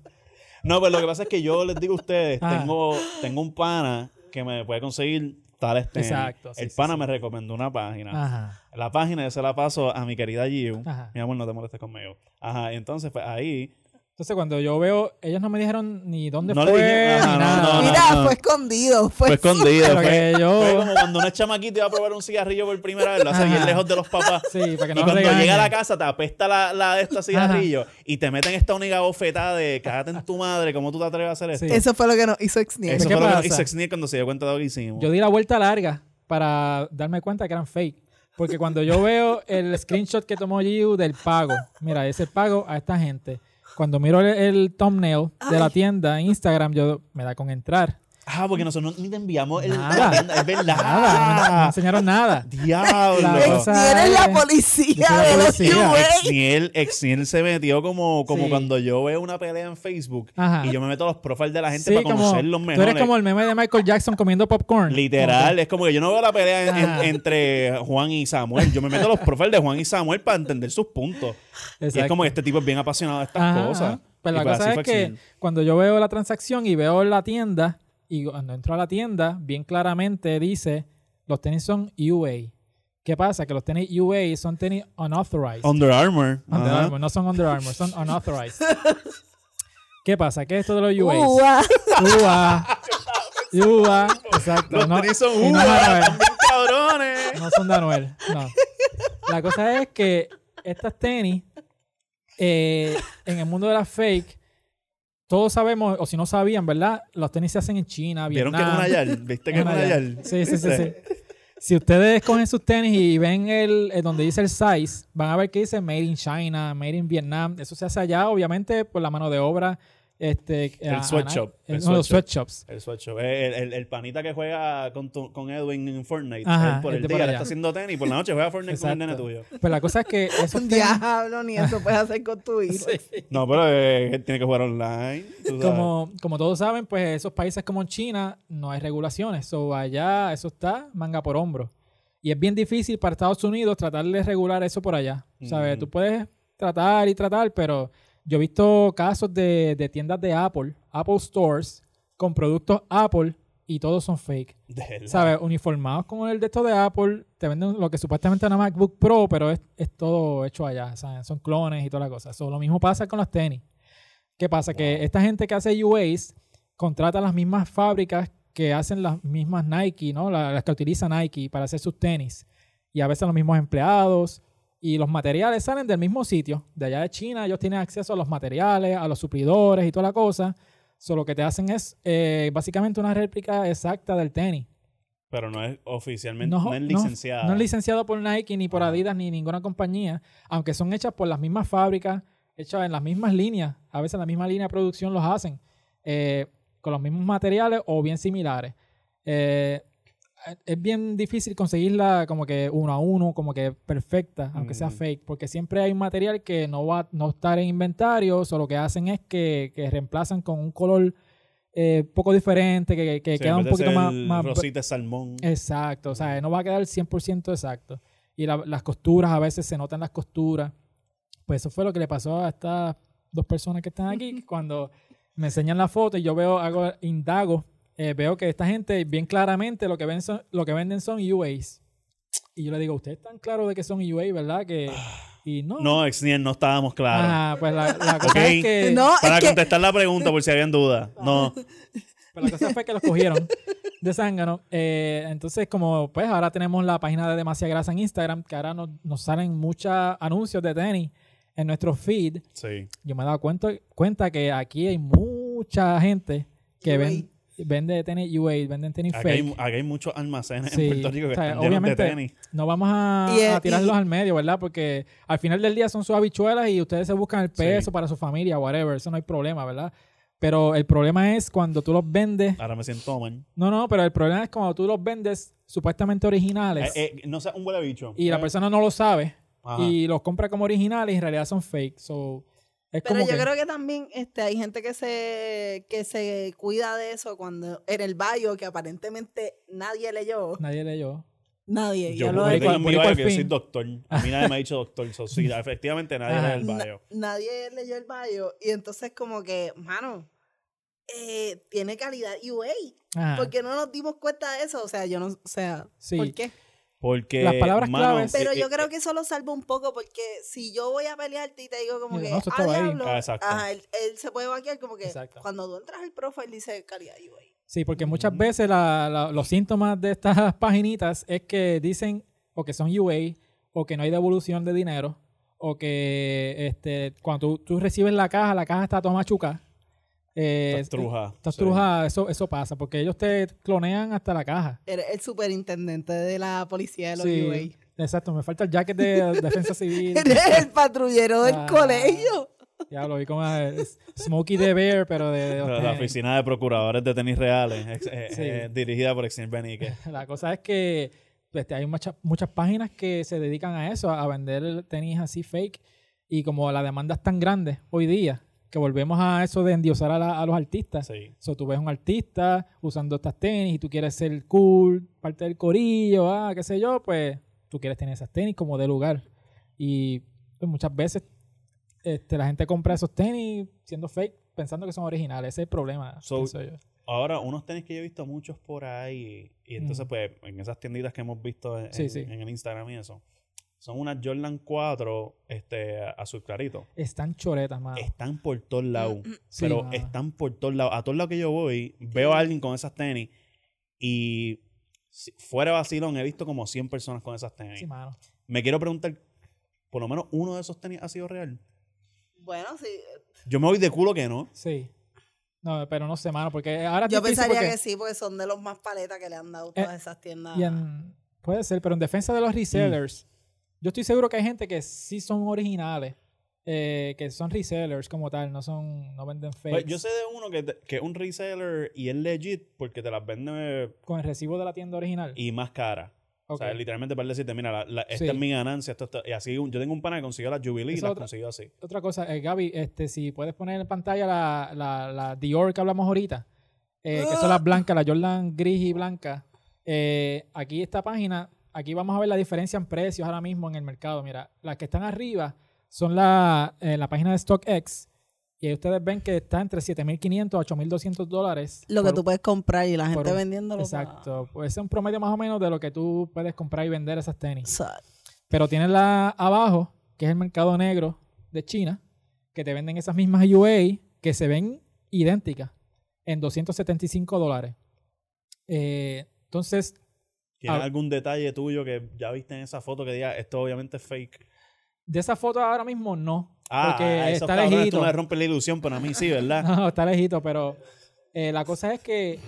Speaker 2: no, pues lo que pasa es que yo les digo a ustedes,
Speaker 1: Ajá.
Speaker 2: tengo, tengo un pana que me puede conseguir tales tenis.
Speaker 1: Exacto, sí,
Speaker 2: El
Speaker 1: sí,
Speaker 2: pana
Speaker 1: sí.
Speaker 2: me recomendó una página.
Speaker 1: Ajá.
Speaker 2: La página yo se la paso a mi querida Giu.
Speaker 1: Ajá.
Speaker 2: Mi amor, no te molestes conmigo. Ajá, y entonces pues ahí...
Speaker 1: Entonces cuando yo veo, ellos no me dijeron ni dónde
Speaker 2: No le
Speaker 1: fue,
Speaker 2: dije- ajá,
Speaker 1: ni
Speaker 2: no,
Speaker 1: nada.
Speaker 2: no, no.
Speaker 3: Mira, fue escondido. Fue,
Speaker 2: Fue escondido.
Speaker 1: Pero
Speaker 2: Fue,
Speaker 1: que yo-
Speaker 2: fue como cuando una chamaquita iba a probar un cigarrillo por primera vez, lo hace
Speaker 1: Ajá.
Speaker 2: bien lejos de los papás.
Speaker 1: Sí, para que
Speaker 2: Y
Speaker 1: no
Speaker 2: cuando
Speaker 1: regañen.
Speaker 2: llega a la casa te apesta la, la de estos cigarrillos y te meten esta única bofetada de cágate en tu madre, ¿cómo tú te atreves a hacer esto?
Speaker 1: Sí.
Speaker 3: Eso fue lo que nos hizo Exniel.
Speaker 2: Eso
Speaker 1: ¿Qué
Speaker 2: fue lo que
Speaker 1: pasa?
Speaker 2: hizo Exniel cuando se dio cuenta de lo que hicimos.
Speaker 1: Yo di la vuelta larga para darme cuenta que eran fake. Porque cuando yo veo el screenshot que tomó Giu del pago, mira, ese pago a esta gente. Cuando miro el, el thumbnail de la tienda en Instagram, yo me da con entrar.
Speaker 2: ah, porque nosotros no- ni te enviamos el...
Speaker 1: Nada.
Speaker 2: Es verdad.
Speaker 1: Nada, no, no enseñaron nada. La
Speaker 2: Diablo.
Speaker 1: cosa-
Speaker 3: Exniel es la
Speaker 1: Ay,
Speaker 3: policía
Speaker 1: yo soy la
Speaker 3: de los
Speaker 1: policía.
Speaker 3: UA.
Speaker 2: Exniel, Exniel se metió como, como
Speaker 1: Sí.
Speaker 2: cuando yo veo una pelea en Facebook
Speaker 1: Ajá.
Speaker 2: y yo me meto a los profiles de la gente
Speaker 1: Sí,
Speaker 2: para
Speaker 1: como-
Speaker 2: conocer los
Speaker 1: tú
Speaker 2: mejores.
Speaker 1: eres como el meme de Michael Jackson comiendo popcorn.
Speaker 2: Literal, es como que yo no veo la pelea en- en-
Speaker 1: Ajá.
Speaker 2: entre Juan y Samuel. Yo me meto a los profiles de Juan y Samuel para entender sus puntos. Y es
Speaker 1: Exacto.
Speaker 2: como que este tipo es bien apasionado de estas
Speaker 1: Ajá,
Speaker 2: cosas.
Speaker 1: ajá. Pero
Speaker 2: Y
Speaker 1: la
Speaker 2: pues
Speaker 1: cosa
Speaker 2: así
Speaker 1: es
Speaker 2: fue
Speaker 1: que
Speaker 2: Exil.
Speaker 1: cuando yo veo la transacción y veo la tienda, y cuando entro a la tienda, bien claramente dice, los tenis son UA. ¿Qué pasa? Que los tenis UA son tenis unauthorized.
Speaker 2: Under Armour.
Speaker 1: Under
Speaker 2: ajá.
Speaker 1: Armour, no son Under Armour, son unauthorized. ¿Qué pasa? ¿Qué es esto de los UA?
Speaker 3: Ua.
Speaker 1: UA. UA. Exacto.
Speaker 2: Los
Speaker 1: no-
Speaker 2: tenis son
Speaker 1: y no es
Speaker 2: uva,
Speaker 1: Anuel.
Speaker 2: también, cabrones.
Speaker 1: No son de Anuel, no. La cosa es que estas tenis, eh, en el mundo de las fake, todos sabemos, o si no sabían, ¿verdad? Los tenis se hacen en China,
Speaker 2: Vieron
Speaker 1: Vietnam.
Speaker 2: que es una yal. ¿Viste que es
Speaker 1: en
Speaker 2: una
Speaker 1: Nayar.
Speaker 2: yal?
Speaker 1: Sí, sí, sí, sí.
Speaker 2: ¿Viste?
Speaker 1: Si ustedes cogen sus tenis y ven el, el donde dice el size, van a ver que dice Made in China, Made in Vietnam. Eso se hace allá, obviamente, por la mano de obra. Este,
Speaker 2: El
Speaker 1: a-
Speaker 2: sweatshop,
Speaker 1: a-
Speaker 2: el
Speaker 1: no, los
Speaker 2: sweatshop.
Speaker 1: sweatshops.
Speaker 2: El sweatshop. El, el, el panita que juega con, tu- con Edwin en Fortnite.
Speaker 1: Ajá,
Speaker 2: Él por
Speaker 1: el
Speaker 2: el
Speaker 1: de
Speaker 2: día
Speaker 1: por
Speaker 2: le
Speaker 1: allá.
Speaker 2: está haciendo tenis y por la noche juega Fortnite con el nene
Speaker 1: Exacto.
Speaker 2: tuyo.
Speaker 1: Pues la cosa es que esos tenis-
Speaker 3: Diablo, ni eso puedes hacer con tu hijo.
Speaker 2: No, pero eh, él tiene que jugar online. tú sabes.
Speaker 1: Como, como todos saben, pues esos países como en China no hay regulaciones. So, allá eso está manga por hombro. Y es bien difícil para Estados Unidos tratar de regular eso por allá. ¿Sabes?
Speaker 2: Ujú.
Speaker 1: Tú puedes tratar y tratar, pero yo he visto casos de, de tiendas de Apple, Apple Stores, con productos Apple y todos son fake.
Speaker 2: De verdad.
Speaker 1: ¿Sabes? Uniformados con el de esto de Apple, te venden lo que supuestamente es una MacBook Pro, pero es, es todo hecho allá. ¿sabes? Son clones y toda la cosa. So, lo mismo pasa con los tenis. ¿Qué pasa? Que esta gente que hace UAs contrata las mismas fábricas que hacen las mismas Nike, ¿no? La- Las que utiliza Nike para hacer sus tenis. Y a veces los mismos empleados. Y los materiales salen del mismo sitio. De allá de China, ellos tienen acceso a los materiales, a los suplidores y toda la cosa. Solo lo que te hacen es eh, básicamente una réplica exacta del tenis.
Speaker 2: Pero no es oficialmente,
Speaker 1: No,
Speaker 2: no,
Speaker 1: no,
Speaker 2: es licenciada.
Speaker 1: No es licenciado por Nike, ni por
Speaker 2: Ajá.
Speaker 1: Adidas, ni ninguna compañía, aunque son hechas por las mismas fábricas, hechas en las mismas líneas, a veces en la misma línea de producción los hacen, eh, con los mismos materiales o bien similares. Eh, es bien difícil conseguirla como que uno a uno, como que perfecta, aunque sea
Speaker 2: Ujú.
Speaker 1: fake, porque siempre hay un material que no va no estar en inventario, o lo que hacen es que, que reemplazan con un color eh, poco diferente, que, que
Speaker 2: Sí,
Speaker 1: queda
Speaker 2: en
Speaker 1: un
Speaker 2: vez de
Speaker 1: poquito
Speaker 2: ser
Speaker 1: más, Eh,
Speaker 2: el
Speaker 1: más
Speaker 2: Rosita es salmón.
Speaker 1: Exacto, o sea, no va a quedar 100% exacto. Y la- las costuras, a veces se notan las costuras. Pues eso fue lo que le pasó a estas dos personas que están aquí, que cuando me enseñan la foto y yo veo, hago, indago, eh, veo que esta gente bien claramente lo que, ven son- lo que venden son UAs. Y yo le digo, ¿ustedes están claros de que son UAs, verdad? Que, y no.
Speaker 2: No, Exnien, no estábamos claros.
Speaker 1: Ajá, pues la, la cosa
Speaker 2: Ok.
Speaker 1: es que...
Speaker 3: No,
Speaker 2: Para
Speaker 3: es que- Ah.
Speaker 2: contestar la pregunta, por si habían dudas. No.
Speaker 1: Pero la cosa fue que los cogieron de zángano. Eh, entonces, como pues ahora tenemos la página de Demasiada Grasa en Instagram, que ahora nos, nos salen muchos anuncios de tenis en nuestro feed.
Speaker 2: Sí.
Speaker 1: Yo me he dado cuenta, cuenta que aquí hay mucha gente que ven- vende tenis UA, venden tenis
Speaker 2: Acá hay,
Speaker 1: fake.
Speaker 2: acá hay muchos almacenes
Speaker 1: Sí,
Speaker 2: en Puerto Rico que
Speaker 1: o sea,
Speaker 2: están llenos de
Speaker 1: obviamente-
Speaker 2: tenis.
Speaker 1: No vamos a,
Speaker 3: Y, eh,
Speaker 1: a tirarlos
Speaker 3: y-
Speaker 1: al medio, ¿verdad? Porque al final del día son sus habichuelas y ustedes se buscan el peso para su familia, whatever. Eso no hay problema, ¿verdad? Pero el problema es cuando tú los vendes
Speaker 2: Ahora me siento mal.
Speaker 1: No, no, pero el problema es cuando tú los vendes supuestamente originales
Speaker 2: Eh, eh, no seas un huele bicho.
Speaker 1: y la
Speaker 2: Eh,
Speaker 1: persona no lo sabe
Speaker 2: ajá.
Speaker 1: y los compra como originales y en realidad son fake. So, es
Speaker 3: Pero
Speaker 1: como
Speaker 3: yo
Speaker 1: que,
Speaker 3: creo que también este, hay gente que se, que se cuida de eso cuando en el bio que aparentemente nadie leyó.
Speaker 1: nadie leyó.
Speaker 3: Nadie.
Speaker 2: Yo,
Speaker 3: ya lo
Speaker 2: yo
Speaker 1: he-
Speaker 2: tengo en mi
Speaker 1: Boricua al
Speaker 2: bio que yo soy
Speaker 1: fin.
Speaker 2: doctor. A mí nadie me ha dicho doctor. So, sí, efectivamente nadie
Speaker 1: Ajá.
Speaker 2: es el bio.
Speaker 3: nadie leyó el bio. Y entonces como que, mano, eh, tiene calidad UA.
Speaker 2: Ah.
Speaker 1: Ajá,
Speaker 3: ¿Por qué no nos dimos cuenta de eso? O sea, yo no, o sea,
Speaker 1: sí.
Speaker 3: ¿por qué?
Speaker 2: Porque,
Speaker 1: Las palabras
Speaker 2: mano,
Speaker 1: claves-
Speaker 3: Pero
Speaker 2: eh,
Speaker 3: yo
Speaker 2: eh,
Speaker 3: creo que eso lo salva un poco porque si yo voy a pelearte y te digo como
Speaker 1: Yo,
Speaker 3: que,
Speaker 1: no, eso
Speaker 3: ah,
Speaker 1: estaba ahí".
Speaker 3: diablo,
Speaker 2: Ah, exacto.
Speaker 3: ajá, él, él se puede vaquear como que
Speaker 1: Exacto.
Speaker 3: cuando tú entras al profile dice calidad UA.
Speaker 1: Sí, porque muchas
Speaker 2: Ujú.
Speaker 1: veces la- la- los síntomas de estas paginitas es que dicen o que son UA o que no hay devolución de dinero o que este, cuando tú, tú recibes la caja, la caja está toda machuca. Eh,
Speaker 2: Estás truja.
Speaker 1: Estás
Speaker 2: Sí.
Speaker 1: trujada, eso, eso pasa, porque ellos te clonean hasta la caja.
Speaker 3: Eres el superintendente de la policía de los
Speaker 1: Sí,
Speaker 3: UA.
Speaker 1: Exacto, me falta el jacket de defensa civil.
Speaker 3: Eres el patrullero del
Speaker 1: Ah.
Speaker 3: colegio.
Speaker 1: ya lo vi como eh, Smokey the Bear, pero de, de los
Speaker 2: La, la
Speaker 1: tenis.
Speaker 2: oficina de procuradores de tenis reales, ex- eh,
Speaker 1: Sí.
Speaker 2: eh, dirigida por Exnien Benique.
Speaker 1: La cosa es que este, hay muchas, muchas páginas que se dedican a eso, a vender tenis así fake. Y como la demanda es tan grande hoy día, que volvemos a eso de endiosar a, la- a los artistas.
Speaker 2: Sí.
Speaker 1: So, tú ves un artista usando estas tenis y tú quieres ser cool, parte del corillo, ah, qué sé yo, pues tú quieres tener esas tenis como de lugar. Y pues, muchas veces este, la gente compra esos tenis siendo fake, pensando que son originales. Ese es el problema.
Speaker 2: So,
Speaker 1: pienso yo.
Speaker 2: Ahora, unos tenis que yo he visto muchos por ahí, y entonces,
Speaker 1: Mm.
Speaker 2: pues, en esas tienditas que hemos visto en,
Speaker 1: Sí,
Speaker 2: en-
Speaker 1: sí.
Speaker 2: en el Instagram y eso, son unas Jordan 4 este, azul clarito.
Speaker 1: Están choretas, mano.
Speaker 2: Están por todos lados.
Speaker 1: Ah. Mm, Sí,
Speaker 2: pero
Speaker 1: mano.
Speaker 2: están por todos lados. A todos lados que yo voy, veo a alguien con esas tenis y si- fuera de vacilón he visto como 100 personas con esas tenis.
Speaker 1: Sí, mano.
Speaker 2: Me quiero preguntar, por lo menos uno de esos tenis ha sido real.
Speaker 3: Bueno, sí.
Speaker 2: Yo me voy de culo que no.
Speaker 1: Sí. No, pero no sé, mano, porque ahora es
Speaker 3: Yo
Speaker 1: difícil
Speaker 3: pensaría
Speaker 1: porque-
Speaker 3: que sí, porque son de los más paletas que le han dado todas esas tiendas.
Speaker 1: Eh, y en- puede ser, pero en defensa de los resellers, yo estoy seguro que hay gente que sí son originales, eh, que son resellers como tal, no son, no venden fakes.
Speaker 2: Pues yo sé de uno que, te- que es un reseller y es legit porque te las vende
Speaker 1: Con el recibo de la tienda original.
Speaker 2: y más cara.
Speaker 1: Ok.
Speaker 2: O sea, literalmente para decirte, mira, la- la- esta
Speaker 1: Sí.
Speaker 2: es mi ganancia. Esto, está- y así, un- yo tengo un pana que consiguió la Jubilee y
Speaker 1: Esa
Speaker 2: las
Speaker 1: otra-
Speaker 2: consiguió así.
Speaker 1: Otra cosa, eh, Gaby, este, si puedes poner en pantalla la, la, la Dior que hablamos ahorita, eh, que
Speaker 3: Ah.
Speaker 1: son las blancas, la Jordan gris y blanca. Eh, aquí esta página, aquí vamos a ver la diferencia en precios ahora mismo en el mercado. Mira, las que están arriba son la, eh, la página de StockX y ahí ustedes ven que está entre 7.500 a 8.200 dólares.
Speaker 3: lo que
Speaker 1: por-
Speaker 3: tú puedes comprar y la gente
Speaker 1: un-
Speaker 3: vendiéndolo. pa-
Speaker 1: Exacto, pues ese es un promedio más o menos de lo que tú puedes comprar y vender esas tenis.
Speaker 3: Exacto.
Speaker 1: Pero tienes la abajo, que es el mercado negro de China, que te venden esas mismas UA que se ven idénticas en 275 dólares. Eh, entonces,
Speaker 2: ¿Tienes
Speaker 1: Ah.
Speaker 2: algún detalle tuyo que ya viste en esa foto que diga, esto obviamente es fake?
Speaker 1: de esa foto ahora mismo no.
Speaker 2: Ah,
Speaker 1: porque
Speaker 2: a esos
Speaker 1: está
Speaker 2: cabrones tú
Speaker 1: lejito.
Speaker 2: no le rompes la ilusión, pero a mí sí, ¿verdad?
Speaker 1: No, está lejito, pero eh, la cosa es que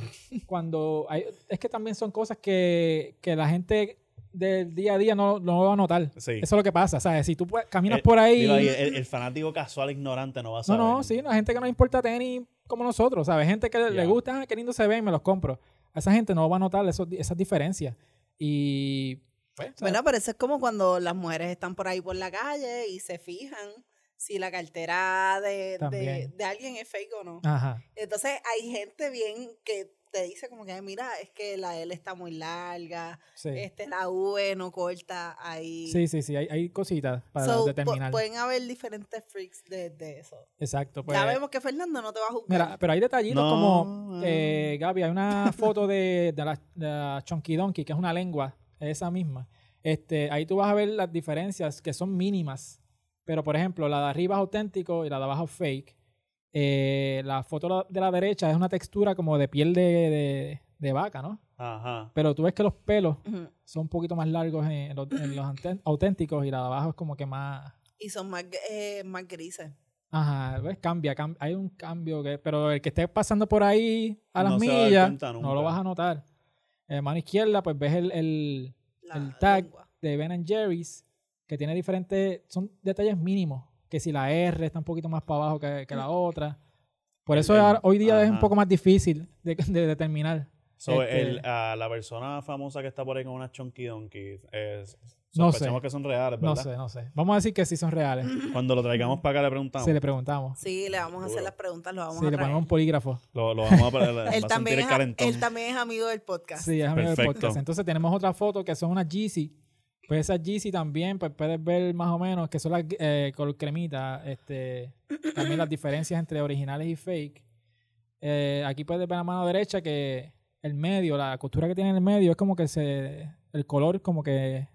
Speaker 1: cuando hay- es que también son cosas que, que la gente del día a día no, no va a notar.
Speaker 2: Sí.
Speaker 1: Eso es lo que pasa, ¿sabes? Si tú pues, caminas
Speaker 2: Eh,
Speaker 1: por ahí...
Speaker 2: Digo, ahí, el, el fanático casual ignorante no va a
Speaker 1: No,
Speaker 2: saber.
Speaker 1: no, sí, la gente que no le importa tenis como nosotros, ¿sabes? Gente que le-
Speaker 2: Ya.
Speaker 1: le gusta, ah, qué lindo se ven, me los compro. A esa gente no va a notar esos, di- esas diferencias. Y. pues, ¿sabes?
Speaker 3: Bueno, pero eso es como cuando las mujeres están por ahí por la calle y se fijan si la cartera de, de,
Speaker 1: También. Ah.
Speaker 3: de alguien es fake o no.
Speaker 1: Ajá.
Speaker 3: Entonces hay gente bien que te dice como que, "Ay, mira, es que la L está muy larga,
Speaker 1: Sí,
Speaker 3: este, la V no corta ahí.
Speaker 1: sí, sí, sí, hay, hay cositas para
Speaker 3: So, pues, pu-
Speaker 1: determinar.
Speaker 3: pueden haber diferentes freaks de, de eso.
Speaker 1: Exacto. Pues,
Speaker 3: ya vemos que Fernando no te va a juzgar.
Speaker 1: Mira, pero hay detallitos
Speaker 2: No,
Speaker 1: como,
Speaker 2: ah.
Speaker 1: eh, Gaby, hay una foto de, de la, de la Chunky Donkey, que es una lengua, esa misma. Este, ahí tú vas a ver las diferencias que son mínimas. Pero, por ejemplo, la de arriba es auténtico y la de abajo es fake. Eh, la foto de la derecha es una textura como de piel de, de- de vaca, ¿no?
Speaker 2: Ajá.
Speaker 1: Pero tú ves que los pelos
Speaker 3: Ujú.
Speaker 1: son un poquito más largos en, en los, en los auten- auténticos y la de abajo es como que más...
Speaker 3: Y son más, eh, más grises.
Speaker 1: Ajá, ves, cambia, cam- hay un cambio, que, pero el que esté pasando por ahí a las
Speaker 2: No se va a dar
Speaker 1: millas,
Speaker 2: cuenta
Speaker 1: no
Speaker 2: nunca.
Speaker 1: lo vas a notar. Eh, mano izquierda, pues ves el, el
Speaker 3: La
Speaker 1: El tag.
Speaker 3: lengua.
Speaker 1: de Ben Jerry's, que tiene diferentes, son detalles mínimos, que si la R está un poquito más para abajo que, que la otra. Por
Speaker 2: Mm. El-
Speaker 1: eso
Speaker 2: el-
Speaker 1: ahora- hoy día es un
Speaker 2: ajá.
Speaker 1: poco más difícil de, de determinar.
Speaker 2: So,
Speaker 1: Este-
Speaker 2: el- a la persona famosa que está por ahí con una chunky donkey, eh,
Speaker 1: No
Speaker 2: sospechamos
Speaker 1: sé.
Speaker 2: que son reales,
Speaker 1: No
Speaker 2: ¿verdad?
Speaker 1: sé, no sé. Vamos a decir que sí son reales,
Speaker 2: Cuando lo traigamos para acá le preguntamos.
Speaker 1: si le preguntamos.
Speaker 3: Sí, le vamos a hacer
Speaker 2: Seguro.
Speaker 3: las preguntas, lo vamos
Speaker 1: Si
Speaker 3: a
Speaker 1: le
Speaker 3: traer.
Speaker 1: ponemos un polígrafo.
Speaker 2: Lo, lo vamos a, va a
Speaker 3: él,
Speaker 2: sentir
Speaker 3: también
Speaker 2: el
Speaker 3: es, a-
Speaker 2: calentón.
Speaker 3: él también es amigo del podcast.
Speaker 1: Sí, es amigo del
Speaker 2: Perfecto.
Speaker 1: podcast. Entonces tenemos otra foto que son unas Yeezy. Pues esas Yeezy también, pues puedes ver más o menos que son las eh, color cremita. Este, también las diferencias entre originales y fake. Eh, aquí puedes ver la mano derecha que el medio, la costura que tiene en el medio es como que se, el color como que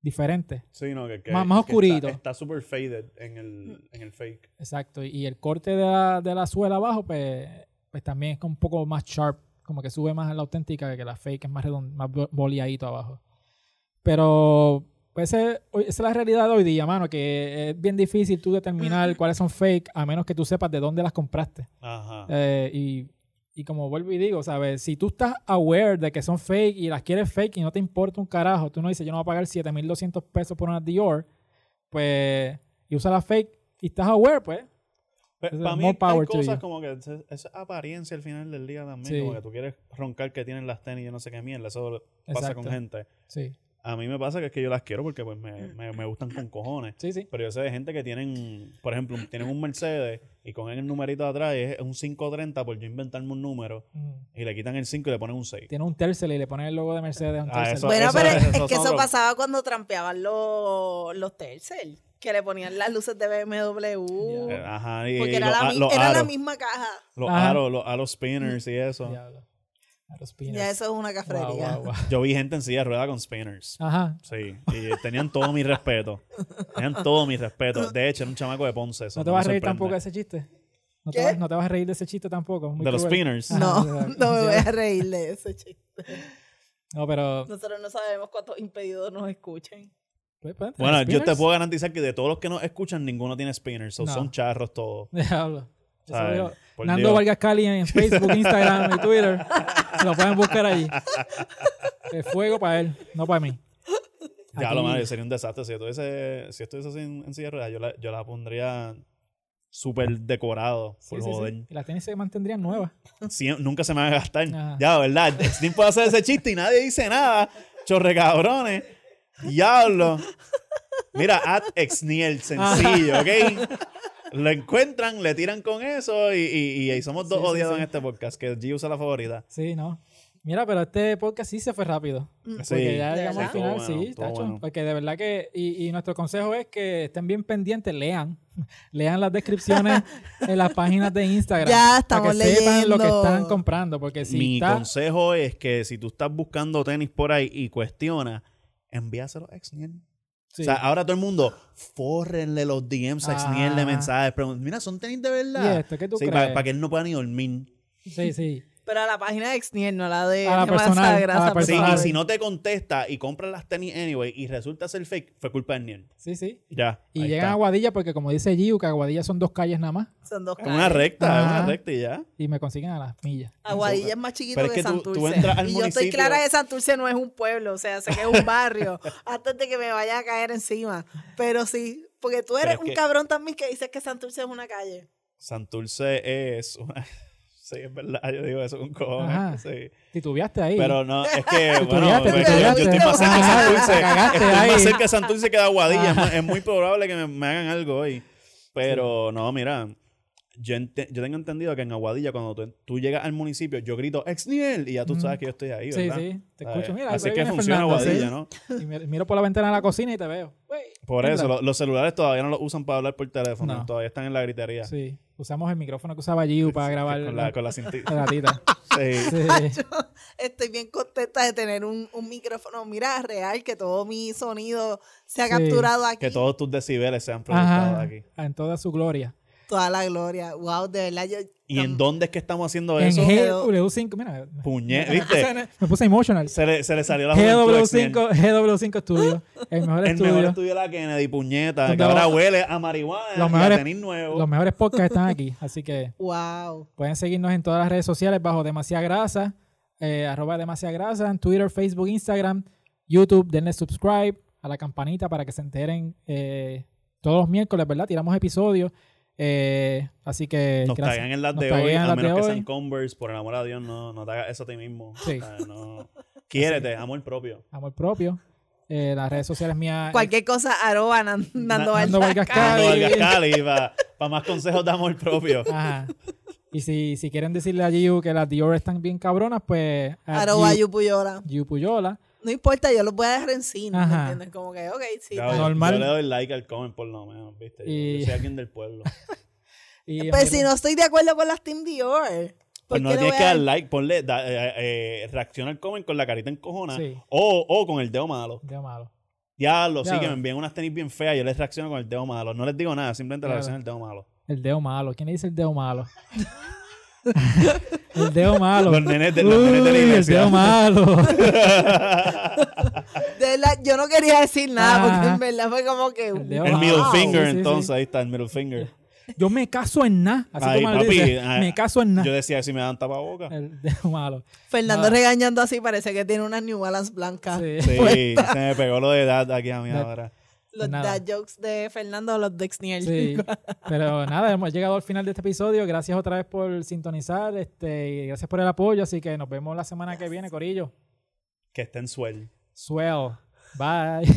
Speaker 1: diferente.
Speaker 2: Sí, no, que, que-
Speaker 1: Más- más
Speaker 2: que
Speaker 1: oscurito.
Speaker 2: Está súper faded en el, en el fake.
Speaker 1: Exacto. Y el corte de la, de la suela abajo, pues, pues también es como un poco más sharp. Como que sube más la auténtica que la fake, es más redond, más bo- boleadito abajo. Pero pues, ese- hoy- esa es la realidad de hoy día, mano, que es bien difícil tú determinar cuáles son fake a menos que tú sepas de dónde las compraste.
Speaker 2: Ajá.
Speaker 1: Eh, y, y como vuelvo y digo, ¿sabes? Si tú estás aware de que son fake y las quieres fake y no te importa un carajo, tú no dices, yo no voy a pagar 7.200 pesos por una Dior, pues, y usa la fake y estás aware, pues,
Speaker 2: Pero
Speaker 1: es
Speaker 2: para mí
Speaker 1: more
Speaker 2: hay
Speaker 1: power to
Speaker 2: cosas
Speaker 1: you.
Speaker 2: como que es, es apariencia al final del día también.
Speaker 1: Sí.
Speaker 2: Como que tú quieres roncar que tienen las tenis y yo no sé qué mierda. Eso pasa
Speaker 1: Exacto.
Speaker 2: con gente.
Speaker 1: sí.
Speaker 2: A mí me pasa que es que yo las quiero porque pues me, me, me gustan con cojones.
Speaker 1: Sí, sí.
Speaker 2: Pero yo sé de gente que tienen, por ejemplo, tienen un Mercedes y con el numerito de atrás es un 530 por yo inventarme un número y le quitan el 5 y le ponen un 6.
Speaker 1: Tiene un tercel y le pone el logo de Mercedes a un
Speaker 2: Ah,
Speaker 1: tercel.
Speaker 2: eso-
Speaker 3: Bueno, pero
Speaker 2: eso-
Speaker 3: es
Speaker 2: eso
Speaker 3: que
Speaker 2: son
Speaker 3: eso
Speaker 2: los-
Speaker 3: pasaba cuando trampeaban los, los Tercel, que le ponían las luces de BMW,
Speaker 1: Ya.
Speaker 2: Eh, Ajá, y,
Speaker 3: porque
Speaker 2: y
Speaker 3: era,
Speaker 2: los,
Speaker 3: la,
Speaker 2: a-
Speaker 3: mi-
Speaker 2: los
Speaker 3: era la
Speaker 2: aros,
Speaker 3: misma caja.
Speaker 2: los
Speaker 1: Ajá.
Speaker 2: aros, los aros spinners y eso.
Speaker 1: Diablo. A los pinos.
Speaker 3: Ya eso es una
Speaker 1: Guau,
Speaker 3: cafrería.
Speaker 1: guau, guau.
Speaker 2: Yo vi gente en silla de ruedas con spinners.
Speaker 1: Ajá.
Speaker 2: Sí, y eh, tenían todo mi respeto. Tenían todo mi respeto. De hecho, era un chamaco de Ponce. Eso
Speaker 1: No te
Speaker 2: no
Speaker 1: vas a
Speaker 2: me
Speaker 1: reír
Speaker 2: sorprende.
Speaker 1: tampoco de ese chiste. No te,
Speaker 3: ¿Qué?
Speaker 1: vas, no te vas a reír de ese chiste tampoco. muy
Speaker 2: De los
Speaker 1: cruel.
Speaker 2: spinners.
Speaker 1: Ajá.
Speaker 3: No,
Speaker 1: Ah,
Speaker 3: no me
Speaker 1: ya.
Speaker 3: voy a reír de eso, chicos.
Speaker 1: No, pero.
Speaker 3: Nosotros no sabemos cuántos impedidos nos escuchan.
Speaker 1: pues, pues,
Speaker 2: Bueno,
Speaker 1: los
Speaker 2: yo te
Speaker 1: spinners.
Speaker 2: puedo garantizar que de todos los que nos escuchan, ninguno tiene spinners. so
Speaker 1: No.
Speaker 2: Son charros todos.
Speaker 1: Diablo. Eso
Speaker 2: ¿sabes?
Speaker 1: digo,
Speaker 2: Por
Speaker 1: Nando
Speaker 2: Dios.
Speaker 1: Vargas Cali en Facebook, Instagram y Twitter. Lo pueden buscar allí. El fuego para él, no para mí.
Speaker 2: Ya
Speaker 1: Aquí-
Speaker 2: lo madre, sería un desastre. Si yo estuviese, si yo estuviese así en, en silla de ruedas, yo la, yo la pondría súper decorado.
Speaker 1: Sí,
Speaker 2: Por
Speaker 1: sí, sí.
Speaker 2: joder.
Speaker 1: Y las tenis se mantendrían nuevas.
Speaker 2: Siem- nunca se me van a gastar.
Speaker 1: Ajá.
Speaker 2: Ya, ¿verdad? Este Steam puede hacer ese chiste y nadie dice nada. Chorre cabrones. Diablo. Mira, at exniel,
Speaker 1: Ah.
Speaker 2: sencillo, ¿ok? Lo encuentran, le tiran con eso y, y- y ahí somos dos
Speaker 1: Sí, sí,
Speaker 2: odiados
Speaker 1: sí.
Speaker 2: en este podcast, que G usa la favorita.
Speaker 1: Sí, no. Mira, pero este podcast sí se fue rápido. Porque ya
Speaker 3: ¿De
Speaker 1: llegamos al
Speaker 3: verdad?
Speaker 1: final,
Speaker 2: Estuvo bueno,
Speaker 1: sí,
Speaker 2: estuvo
Speaker 1: tacho.
Speaker 2: bueno.
Speaker 1: Porque de verdad que, y, y nuestro consejo es que estén bien pendientes, lean, lean las descripciones en las páginas de Instagram.
Speaker 3: Ya
Speaker 1: para
Speaker 3: estamos
Speaker 1: que sepan lo que
Speaker 3: leyendo.
Speaker 1: están comprando, porque si
Speaker 2: Mi
Speaker 1: está,
Speaker 2: consejo es que si tú estás buscando tenis por ahí y cuestionas, envíaselo a Exniel.
Speaker 1: sí,
Speaker 2: O sea, ahora todo el mundo, fórrenle los DMs a Exniel de
Speaker 1: Ah.
Speaker 2: mensajes. pregun- Mira, son tenis de
Speaker 1: ¿Y
Speaker 2: verdad.
Speaker 1: esto qué tú
Speaker 2: Sí,
Speaker 1: crees?
Speaker 2: para, que él no pueda ni dormir.
Speaker 1: sí, sí,
Speaker 3: Pero a la página de Exniel, no la de
Speaker 1: A la
Speaker 3: Gemma
Speaker 1: personal, a la
Speaker 3: Sagrasa, por
Speaker 2: Sí,
Speaker 1: personal.
Speaker 2: y
Speaker 3: favor.
Speaker 2: si no te contesta y compra las tenis anyway y resulta ser fake, fue culpa de Niel.
Speaker 1: sí, sí.
Speaker 2: Ya.
Speaker 1: Y
Speaker 2: ahí
Speaker 1: llegan a
Speaker 2: está.
Speaker 1: Aguadilla porque como dice Giu, que Aguadilla son dos calles nada más
Speaker 3: Son dos
Speaker 2: Es una
Speaker 3: calles.
Speaker 2: recta, es
Speaker 1: Ajá.
Speaker 2: una recta y ya.
Speaker 1: y me consiguen a las millas.
Speaker 3: Aguadilla es más chiquito
Speaker 2: Pero es
Speaker 3: que,
Speaker 2: que tú- tú
Speaker 3: Santurce.
Speaker 2: entras al
Speaker 3: y yo estoy
Speaker 2: municipio-
Speaker 3: clara que Santurce no es un pueblo, o sea, sé que es un barrio. antes de que me vaya a caer encima. Pero sí, porque tú eres
Speaker 2: es
Speaker 3: un
Speaker 2: que-
Speaker 3: cabrón también que dices que Santurce es una calle.
Speaker 2: Santurce es una... Sí, es verdad, yo digo eso con
Speaker 1: Ajá.
Speaker 2: cojones. Sí.
Speaker 1: Titubeaste ahí.
Speaker 2: Pero no, es que,
Speaker 1: Tú
Speaker 2: bueno,
Speaker 1: tiraste,
Speaker 2: pues,
Speaker 1: tú
Speaker 2: yo, yo
Speaker 1: tiraste.
Speaker 2: estoy más cerca de
Speaker 1: Ajá,
Speaker 2: Santurce.
Speaker 1: te cagaste
Speaker 2: Estoy
Speaker 1: ahí. Ah.
Speaker 2: más cerca de Santurce que de Aguadilla.
Speaker 1: Ajá.
Speaker 2: Es muy probable que me, me hagan algo hoy. Pero no, mira, yo, ente- yo tengo entendido que en Aguadilla, cuando tú, tú llegas al municipio, yo grito ¡Exniel! Y ya tú
Speaker 1: Mm.
Speaker 2: sabes que yo estoy ahí,
Speaker 1: Sí,
Speaker 2: ¿verdad?
Speaker 1: sí, te
Speaker 2: ¿Sabes?
Speaker 1: escucho. Mira,
Speaker 2: Así
Speaker 1: ahí
Speaker 2: que
Speaker 1: viene
Speaker 2: funciona
Speaker 1: Fernando, sí.
Speaker 2: Aguadilla, ¿no?
Speaker 1: Y mi- miro por la ventana de la cocina y te veo. Wey.
Speaker 2: Por
Speaker 1: Entra.
Speaker 2: eso, lo- los celulares todavía no los usan para hablar por teléfono,
Speaker 1: No.
Speaker 2: todavía están en la gritería.
Speaker 1: Sí, usamos el micrófono que usaba Giu para grabar
Speaker 2: Con
Speaker 1: la,
Speaker 2: la, con la cinti-
Speaker 1: la gatita.
Speaker 2: Sí.
Speaker 1: Sí.
Speaker 3: Estoy bien contenta de tener un, un micrófono, mira, real, que todo mi sonido se ha capturado aquí.
Speaker 2: Que todos tus decibeles sean proyectados
Speaker 1: Ajá,
Speaker 2: aquí.
Speaker 1: en toda su gloria.
Speaker 3: Toda la gloria. Wow, de verdad. Yo,
Speaker 2: ¿Y en dónde es que estamos haciendo
Speaker 1: En
Speaker 2: eso?
Speaker 3: G-
Speaker 1: GW5, mira,
Speaker 2: Puñet,
Speaker 1: me puse,
Speaker 2: ¿viste?
Speaker 1: me puse emotional.
Speaker 2: Se le, se le salió la juventud, Exniel.
Speaker 1: GW5, GW5 Studio, el mejor
Speaker 2: El mejor
Speaker 1: estudio.
Speaker 2: estudio de la Kennedy, puñeta.
Speaker 1: Donde
Speaker 2: Que
Speaker 1: va-
Speaker 2: ahora huele a marihuana
Speaker 1: Los
Speaker 2: y a
Speaker 1: mejores-
Speaker 2: tenis nuevo.
Speaker 1: Los mejores podcasts están aquí, así que
Speaker 3: wow.
Speaker 1: pueden seguirnos en todas las redes sociales bajo Demasiada Grasa, eh, arroba Demasiada Grasa, en Twitter, Facebook, Instagram, YouTube, denle subscribe a la campanita para que se enteren eh, todos los miércoles, ¿verdad? Tiramos episodios, eh, así que
Speaker 2: Nos
Speaker 1: gracias.
Speaker 2: taguean en las
Speaker 1: Nos
Speaker 2: de hoy,
Speaker 1: taguean en
Speaker 2: a
Speaker 1: las de
Speaker 2: menos que
Speaker 1: hoy.
Speaker 2: sean Converse, por el amor a Dios, no, no te hagas eso a ti mismo.
Speaker 1: Sí.
Speaker 2: O sea, no. Quiérete, amor propio.
Speaker 1: amor propio. Eh, las redes sociales mías.
Speaker 3: Cualquier cosa, arroba Nan- Nando
Speaker 1: Nando
Speaker 3: Vargas
Speaker 1: Vargas
Speaker 3: Cali.
Speaker 1: Cali.
Speaker 2: para más consejos de amor propio.
Speaker 1: Ajá. Y si, si quieren decirle a Giu que las Dior están bien cabronas, pues. a
Speaker 3: Arroba
Speaker 1: Giu-
Speaker 3: Yupuyola.
Speaker 1: Giu Puyola.
Speaker 3: No importa, yo los voy a dejar en cine, ¿me
Speaker 1: Ajá.
Speaker 3: entiendes? Como que, ok, sí.
Speaker 2: Ya,
Speaker 3: tal.
Speaker 2: yo-
Speaker 1: Normal.
Speaker 2: Yo le doy like al comment por lo menos, ¿viste? Yo,
Speaker 1: Y-
Speaker 2: yo soy alguien del pueblo.
Speaker 1: Y
Speaker 3: Pues si no estoy de acuerdo con las Team Dior. ¿por
Speaker 2: Pues no
Speaker 3: qué
Speaker 2: le
Speaker 3: le
Speaker 2: tienes
Speaker 3: voy
Speaker 2: que
Speaker 3: a-
Speaker 2: dar like, ponle, da- eh, eh, reacciona al comment con la carita encojonada
Speaker 1: Sí.
Speaker 2: o, o con el dedo malo.
Speaker 1: Dios malo.
Speaker 2: Diablo, sí,
Speaker 1: Diablo.
Speaker 2: que me envían unas tenis bien feas, yo les reacciono con el dedo malo. No les digo nada, simplemente les
Speaker 1: Diablo.
Speaker 2: reacciono el dedo malo.
Speaker 1: El dedo malo. ¿Quién le dice el dedo malo? el dedo malo.
Speaker 2: Los nenes de, los
Speaker 1: Uy,
Speaker 2: nenes de la
Speaker 1: el
Speaker 2: iglesia.
Speaker 1: dedo malo.
Speaker 3: De verdad, yo no quería decir nada, porque
Speaker 1: Ajá.
Speaker 3: en verdad fue como que.
Speaker 1: El dedo
Speaker 3: wow.
Speaker 2: El middle
Speaker 1: Wow.
Speaker 2: finger,
Speaker 1: Sí, sí, sí.
Speaker 2: entonces, ahí está el middle finger.
Speaker 1: Yo me caso en nada. Así
Speaker 2: Ay,
Speaker 1: como él
Speaker 2: papi,
Speaker 1: dice.
Speaker 2: ay,
Speaker 1: me caso en
Speaker 2: Yo
Speaker 1: nada.
Speaker 2: decía, si me dan tapabocas.
Speaker 1: El dedo malo.
Speaker 3: Fernando
Speaker 1: Ah.
Speaker 3: regañando así, parece que tiene unas New Balance blancas.
Speaker 1: Sí.
Speaker 2: Sí, se me pegó lo de edad aquí a mí
Speaker 1: Dad.
Speaker 2: ahora.
Speaker 3: Los
Speaker 1: Nada.
Speaker 3: dad jokes de Fernando, los de Exniel.
Speaker 1: Sí. Pero nada, hemos llegado al final de este episodio. Gracias otra vez por sintonizar. Este, y gracias por el apoyo. Así que nos vemos la semana que viene, Corillo.
Speaker 2: Que está en suel.
Speaker 1: Swell. Bye.